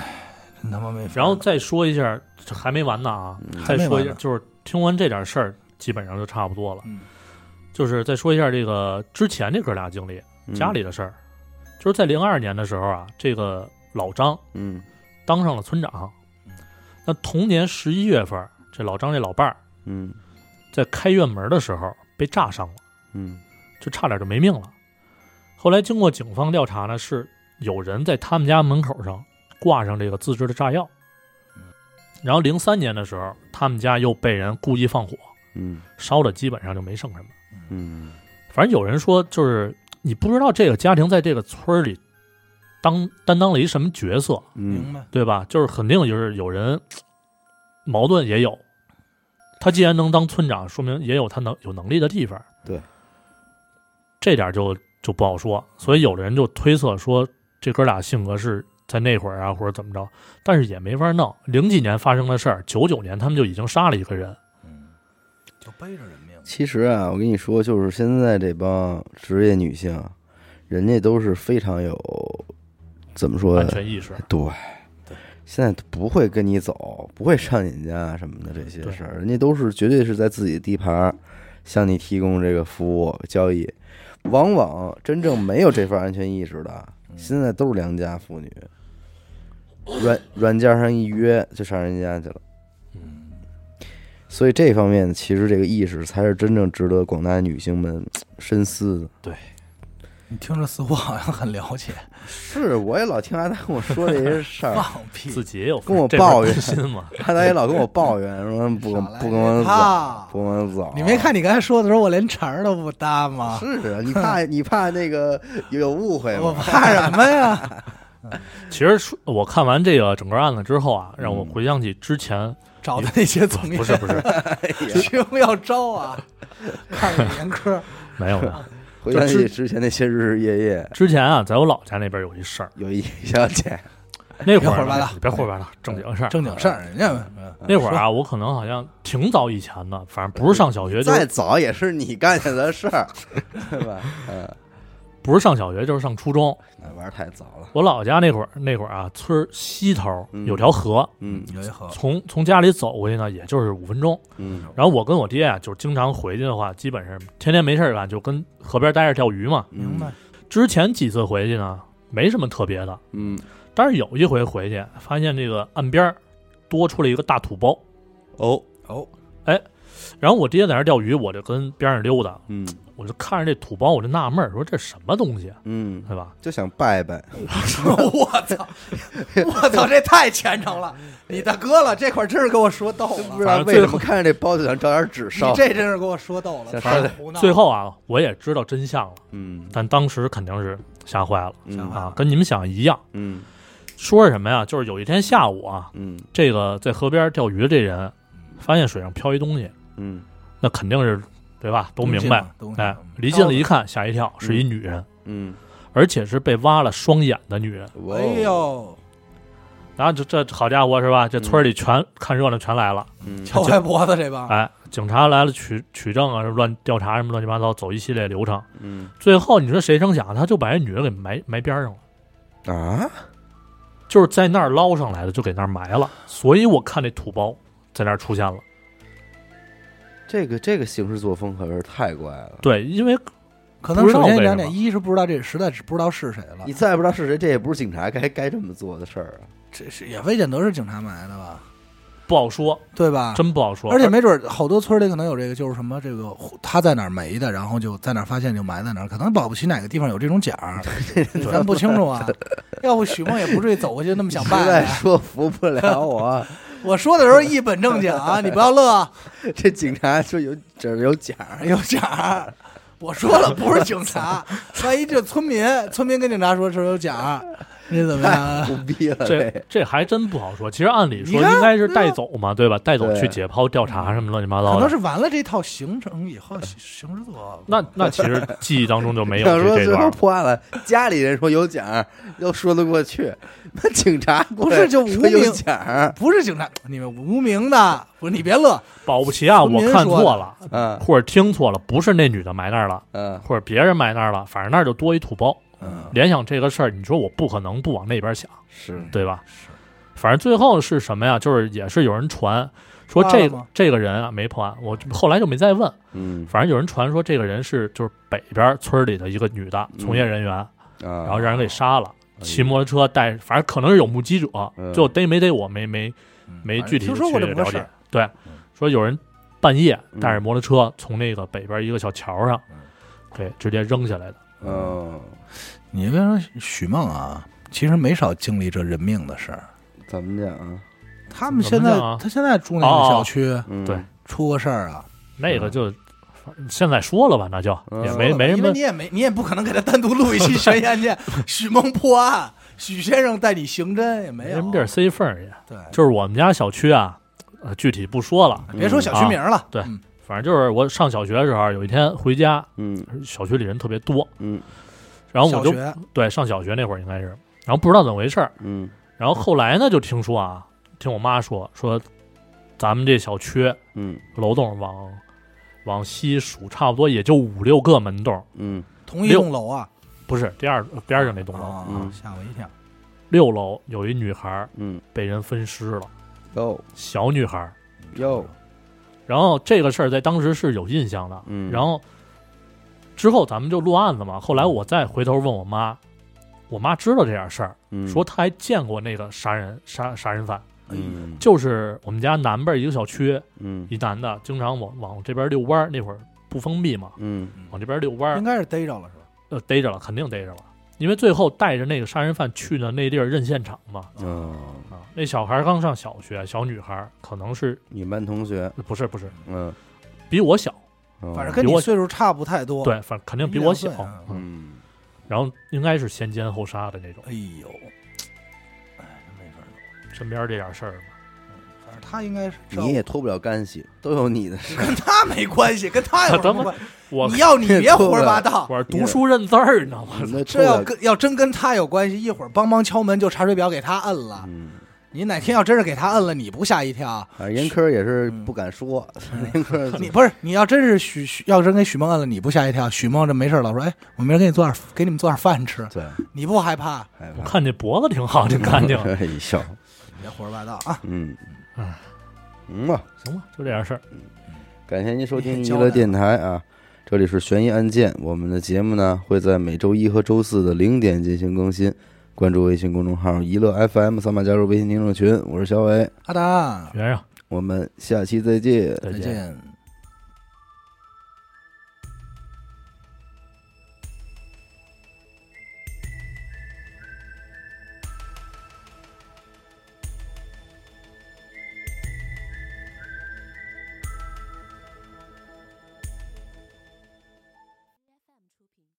Speaker 2: 他妈没法。
Speaker 3: 然后再说一下，这还没完呢啊！
Speaker 1: 嗯
Speaker 3: 再说
Speaker 2: 还
Speaker 3: 一
Speaker 2: 没完
Speaker 3: 下，
Speaker 2: 呢
Speaker 3: 就是听完这点事儿，基本上就差不多了。
Speaker 2: 嗯
Speaker 3: 就是再说一下这个之前这哥俩经历，
Speaker 1: 嗯
Speaker 3: 家里的事儿，就是在零二年的时候啊，这个老张
Speaker 1: 嗯
Speaker 3: 当上了村长
Speaker 2: 嗯。
Speaker 3: 那同年十一月份，这老张这老伴儿
Speaker 1: 嗯
Speaker 3: 在开院门的时候被炸伤了，
Speaker 1: 嗯
Speaker 3: 就差点就没命了。后来经过警方调查呢，是有人在他们家门口上挂上这个自制的炸药
Speaker 2: 嗯。
Speaker 3: 然后零三年的时候，他们家又被人故意放火
Speaker 1: 嗯
Speaker 3: 烧的，基本上就没剩什么。
Speaker 1: 嗯
Speaker 3: 反正有人说，就是你不知道这个家庭在这个村儿里当担当了一什么角色，
Speaker 1: 嗯
Speaker 2: 明白，
Speaker 3: 对吧？就是肯定就是有人嘖矛盾也有。他既然能当村长，说明也有他能有能力的地方。
Speaker 1: 对，
Speaker 3: 这点就就不好说。所以有的人就推测说，这哥俩性格是在那会儿啊，或者怎么着，但是也没法弄。零几年发生的事儿，九九年他们就已经杀了一个人。
Speaker 2: 嗯，就背着人命。
Speaker 1: 其实啊，我跟你说，就是现在这帮职业女性，人家都是非常有怎么说
Speaker 3: 安？全意识，
Speaker 1: 对，现在不会跟你走，不会上你家什么的这些
Speaker 3: 对
Speaker 1: 事儿，人家都是绝对是在自己的地盘儿向你提供这个服务交易。往往真正没有这份安全意识的，现在都是良家妇女，软软件上一约就上人家去了。
Speaker 2: 嗯，
Speaker 1: 所以这方面其实这个意识才是真正值得广大女性们深思的。
Speaker 2: 你听着似乎好像很了解，
Speaker 1: 是，我也老听阿达跟我说这些 事儿，
Speaker 2: 放屁，
Speaker 3: 自己也有
Speaker 1: 跟我
Speaker 3: 这份
Speaker 1: 抱怨
Speaker 3: 担心嘛。
Speaker 1: 阿达也老跟我抱怨说不跟
Speaker 2: 少来
Speaker 1: 不跟我走，
Speaker 2: 怕
Speaker 1: 不跟我走。
Speaker 2: 你没看你刚才说的时候，我连茬儿都不搭吗？
Speaker 1: 是啊，你怕你怕那个有误会
Speaker 2: 我
Speaker 1: 吗？
Speaker 2: 怕什么 呀？
Speaker 3: 其实说我看完这个整个案子之后啊，让我
Speaker 1: 嗯
Speaker 3: 回想起之前，
Speaker 2: 找的那些从业
Speaker 3: 不是不 是，
Speaker 2: 群要招啊，看看严科，
Speaker 3: 没有没有，
Speaker 1: 回想
Speaker 3: 就
Speaker 1: 起
Speaker 3: 之
Speaker 1: 之前那些日日夜夜，
Speaker 3: 之前啊，在我老家那边有一事儿，
Speaker 1: 有一小姐，
Speaker 3: 那会
Speaker 2: 别胡
Speaker 3: 儿
Speaker 2: 说八
Speaker 3: 呢
Speaker 2: 道
Speaker 3: 别胡说八道，正经事儿。
Speaker 2: 正经事儿，人家嗯
Speaker 3: 那会儿啊，我可能好像挺早以前的，反正不是上小学就
Speaker 1: 再
Speaker 3: 是
Speaker 1: 早也是你干下的事儿，对吧？嗯，
Speaker 3: 不是上小学就是上初中。
Speaker 1: 那玩儿太早了，
Speaker 3: 我老家那会儿那会儿啊，村儿西头
Speaker 1: 嗯
Speaker 3: 有条河，
Speaker 1: 嗯
Speaker 2: 有一河，
Speaker 3: 从从家里走过去呢，也就是五分钟。
Speaker 1: 嗯
Speaker 3: 然后我跟我爹啊，就是经常回去的话，基本上天天没事儿干，就跟河边待着钓鱼嘛。
Speaker 2: 明白，？
Speaker 3: 之前几次回去呢，没什么特别的，
Speaker 1: 嗯，
Speaker 3: 但是有一回回去，发现这个岸边儿多出了一个大土包。
Speaker 1: 哦，
Speaker 2: 哦，
Speaker 3: 然后我爹在那儿钓鱼，我就跟边上溜达，
Speaker 1: 嗯
Speaker 3: 我就看着这土包，我就纳闷儿，说这什么东西，啊
Speaker 1: 嗯，
Speaker 3: 对吧？
Speaker 1: 就想拜拜，
Speaker 2: 我操，我操，这太虔诚了，你大哥了，这块儿真是给我说逗
Speaker 1: 不
Speaker 2: 了
Speaker 1: 知，道
Speaker 3: 反正
Speaker 1: 为
Speaker 3: 最
Speaker 1: 什
Speaker 3: 后
Speaker 1: 么看着这包就想找点纸
Speaker 2: 你
Speaker 1: 烧，
Speaker 2: 这真是给我说逗了，
Speaker 1: 想
Speaker 2: 太
Speaker 1: 说
Speaker 2: 胡闹了
Speaker 3: 最后啊，我也知道真相了，
Speaker 1: 嗯
Speaker 3: 但当时肯定是吓坏了
Speaker 1: 嗯
Speaker 2: 想法
Speaker 3: 啊，跟你们想一样。
Speaker 1: 嗯
Speaker 3: 说是什么呀？就是有一天下午啊，
Speaker 1: 嗯
Speaker 3: 这个在河边钓鱼的这人，发现水上漂一东西，
Speaker 1: 嗯
Speaker 3: 那肯定是对吧？都明白。，
Speaker 2: 东西嘛
Speaker 3: 哎，离近了一，看，吓一跳，是一女人，
Speaker 1: 嗯，
Speaker 3: 而且是被挖了双眼的女人。
Speaker 1: 哇哦
Speaker 2: 东西哎，呦，
Speaker 3: 然后这这好家伙是吧？这村里
Speaker 2: 嗯
Speaker 3: 全、看热闹全来了。
Speaker 1: 嗯
Speaker 2: 敲拍脖子这帮，
Speaker 3: 哎，警察来了取取证啊，乱调查什么乱七八糟，走一系列流程。
Speaker 1: 嗯
Speaker 3: 最后你说谁成想，他就把这女人给埋埋边上了，
Speaker 1: 啊，
Speaker 3: 就是在那儿捞上来的，就给那儿埋了。所以我看那土包在那儿出现了。
Speaker 1: 这个这个行事作风可是太怪了。
Speaker 3: 对，因为
Speaker 2: 可能
Speaker 3: 不知道
Speaker 2: 首先
Speaker 3: 为
Speaker 2: 两
Speaker 3: 什么
Speaker 2: 点，一是不知道这实在是不知道是谁了
Speaker 1: 你，再不知道是谁，这也不是警察该该这么做的事儿啊！
Speaker 2: 这是也未见得是警察埋的吧，
Speaker 3: 不好说，
Speaker 2: 对吧？
Speaker 3: 真不好说。
Speaker 2: 而且没准儿好多村里可能有这个，就是什么这个他在哪儿没的，然后就在哪儿发现就埋在哪儿，可能保不齐哪个地方有这种奖 儿，咱不清楚 啊。要不许梦也不至于走过去那么想
Speaker 1: 实
Speaker 2: 办
Speaker 1: 在
Speaker 2: 啊。
Speaker 1: 说服不了 我，
Speaker 2: 我说的时候一本正经啊，你不要乐 啊，
Speaker 1: 这警察说有这儿有假儿，
Speaker 2: 有奖儿。我说了不是警察，万一这村民，村民跟警察说是有奖儿，你怎么样 啊？
Speaker 1: 不逼了
Speaker 3: 这
Speaker 1: 这。
Speaker 3: 这还真不好说。其实按理说
Speaker 2: 你看
Speaker 3: 应该是带走嘛，对吧？带走
Speaker 1: 对
Speaker 3: 去解剖调查什么乱七八
Speaker 2: 可
Speaker 3: 糟
Speaker 2: 能
Speaker 3: 的。
Speaker 2: 是完了这套行程以后，行之作
Speaker 3: 那那其实记忆当中就没有
Speaker 1: 要说
Speaker 3: 这这
Speaker 1: 最
Speaker 3: 段
Speaker 1: 后
Speaker 3: 儿。
Speaker 1: 破案了，家里人说有奖儿，又说得过去。那警察过来
Speaker 2: 不是就无
Speaker 1: 说有
Speaker 2: 名
Speaker 1: 奖儿，
Speaker 2: 不是警察，你们无名的，不是你别乐，
Speaker 3: 保不齐啊，
Speaker 2: 村民
Speaker 3: 我看
Speaker 2: 说
Speaker 3: 错
Speaker 2: 的
Speaker 3: 了，
Speaker 1: 嗯
Speaker 3: 或者听错了，不是那女的埋那儿了，
Speaker 1: 嗯
Speaker 3: 或者别人埋那儿了，反正那儿就多一土包。
Speaker 1: 嗯，
Speaker 3: 联想这个事儿，你说我不可能不往那边想，
Speaker 1: 是
Speaker 3: 对吧？
Speaker 2: 是
Speaker 3: 反正最后是什么呀？就是也是有人传说
Speaker 2: 挖了
Speaker 3: 这
Speaker 2: 吗
Speaker 3: 这个人啊没破案，我后来就没再问。
Speaker 1: 嗯
Speaker 3: 反正有人传说这个人是就是北边村里的一个女的从业人员，
Speaker 1: 啊，
Speaker 3: 然后让人给杀了，
Speaker 1: 哎
Speaker 3: 骑摩托车带，反正可能是有目击者，
Speaker 1: 嗯
Speaker 3: 最后逮没逮我没没没具体
Speaker 2: 嗯
Speaker 3: 的
Speaker 2: 听
Speaker 3: 去
Speaker 2: 说过这么
Speaker 3: 了
Speaker 2: 个事
Speaker 3: 解
Speaker 2: 儿。
Speaker 3: 对
Speaker 2: 嗯，
Speaker 3: 说有人半夜
Speaker 1: 嗯
Speaker 3: 带着摩托车从那个北边一个小桥上
Speaker 2: 嗯，
Speaker 3: 给直接扔下来的。
Speaker 1: 嗯，
Speaker 2: 你别说许梦啊，其实没少经历这人命的事儿。
Speaker 1: 怎么讲啊？
Speaker 2: 他们现在
Speaker 3: 怎么讲啊，
Speaker 2: 他现在住那个小区，
Speaker 1: 嗯
Speaker 3: 对，
Speaker 2: 出过事儿啊，
Speaker 3: 那个就反正现在说了吧，那就
Speaker 1: 嗯
Speaker 3: 也没没什
Speaker 2: 啊因
Speaker 3: 么
Speaker 2: 为你。也没，你也不可能给他单独录一 期悬疑案件，许梦破案，许先生带你刑侦也没
Speaker 3: 没
Speaker 2: 有啊
Speaker 3: 什么地儿塞缝儿去，
Speaker 2: 对，
Speaker 3: 就是我们家小区啊，呃，具体不说了，
Speaker 2: 别说小区名了，
Speaker 3: 啊对
Speaker 2: 嗯
Speaker 3: 反正就是我上小学的时候，有一天回家，
Speaker 1: 嗯
Speaker 3: 小区里人特别多，
Speaker 1: 嗯
Speaker 3: 然后我就
Speaker 2: 小学
Speaker 3: 对上小学那会儿应该是，然后不知道怎么回事儿，
Speaker 1: 嗯
Speaker 3: 然后后来呢就听说啊，听我妈说说，咱们这小区
Speaker 1: 嗯
Speaker 3: 楼栋往往西数，差不多也就五六个门洞，
Speaker 1: 嗯
Speaker 2: 同一栋楼啊，
Speaker 3: 不是第二呃边上那栋楼，
Speaker 2: 啊
Speaker 1: 嗯
Speaker 2: 吓我一跳，
Speaker 3: 六楼有一女孩儿
Speaker 1: 嗯，
Speaker 3: 被人分尸了，
Speaker 1: 哟
Speaker 3: 小女孩儿。
Speaker 1: 哟，
Speaker 3: 然后这个事儿在当时是有印象的，
Speaker 1: 嗯
Speaker 3: 然后之后咱们就录案子嘛。后来我再回头问我妈，我妈知道这点事儿，
Speaker 1: 嗯
Speaker 3: 说她还见过那个杀人杀杀人犯，
Speaker 1: 嗯
Speaker 3: 就是我们家南边一个小区，
Speaker 1: 嗯
Speaker 3: 一男的经常往往这边遛弯儿，那会儿不封闭嘛，
Speaker 1: 嗯
Speaker 3: 往这边遛弯
Speaker 2: 应
Speaker 3: 儿，
Speaker 2: 该是逮着了是吧？
Speaker 3: 呃，逮着了，肯定逮着了，因为最后带着那个杀人犯去的那地儿认现场嘛。
Speaker 1: 哦，
Speaker 3: 啊，那小孩儿刚上小学，小女孩儿可能是
Speaker 1: 你们班同学，
Speaker 3: 不是不是
Speaker 1: 嗯，
Speaker 3: 比我小，
Speaker 1: 哦
Speaker 2: 反正跟
Speaker 3: 嗯比
Speaker 2: 你
Speaker 3: 我
Speaker 2: 岁数差不太多，，
Speaker 3: 对，反正肯定比
Speaker 2: 一
Speaker 3: 我
Speaker 2: 两
Speaker 3: 小
Speaker 2: 岁啊，
Speaker 3: 嗯
Speaker 1: 嗯
Speaker 3: 然后应该是先奸后杀的那种。
Speaker 2: 哎呦，哎，真没法弄
Speaker 3: 身边这点事儿嘛，
Speaker 2: 反他应该是照
Speaker 1: 你也脱不了干系，都有你的事。
Speaker 2: 跟他没关系，跟他有什么关系？
Speaker 3: 啊我
Speaker 2: 你要你别胡说八道，
Speaker 3: 我是读书认字儿呢，我
Speaker 1: 你们脱
Speaker 2: 这
Speaker 1: 不
Speaker 2: 要
Speaker 1: 了，
Speaker 2: 跟要真跟他有关系，一会儿帮忙敲门就查水表给他摁了。
Speaker 1: 嗯，
Speaker 2: 你哪天要真是给他摁了，你不吓一跳？
Speaker 1: 反正严科也是不敢说， 严科
Speaker 2: 嗯 你不是你要真是许许要真给许梦摁了，你不吓一跳？许梦这没事儿老说，哎，我明儿给你做点给你们做点饭吃，
Speaker 1: 对，
Speaker 2: 你不害怕？
Speaker 1: 害
Speaker 3: 我
Speaker 1: 怕
Speaker 3: 看这脖子挺好，挺 干净。
Speaker 1: 一笑，
Speaker 2: 别胡说八道啊！
Speaker 1: 哎嗯
Speaker 3: 哎
Speaker 1: 嗯吧，
Speaker 3: 行吧，就这点事儿。
Speaker 1: 感谢您收听
Speaker 2: 哎
Speaker 1: 娱
Speaker 2: 交代
Speaker 1: 乐电台啊，这里是悬疑案件，我们的节目呢会在每周一和周四的零点进行更新。关注微信公众号“娱乐 FM”，扫码加入微信听众群。我是小伟，
Speaker 2: 阿达，
Speaker 3: 圆上，
Speaker 1: 我们下期再见。
Speaker 3: 再
Speaker 2: 再
Speaker 3: 见。
Speaker 2: 见。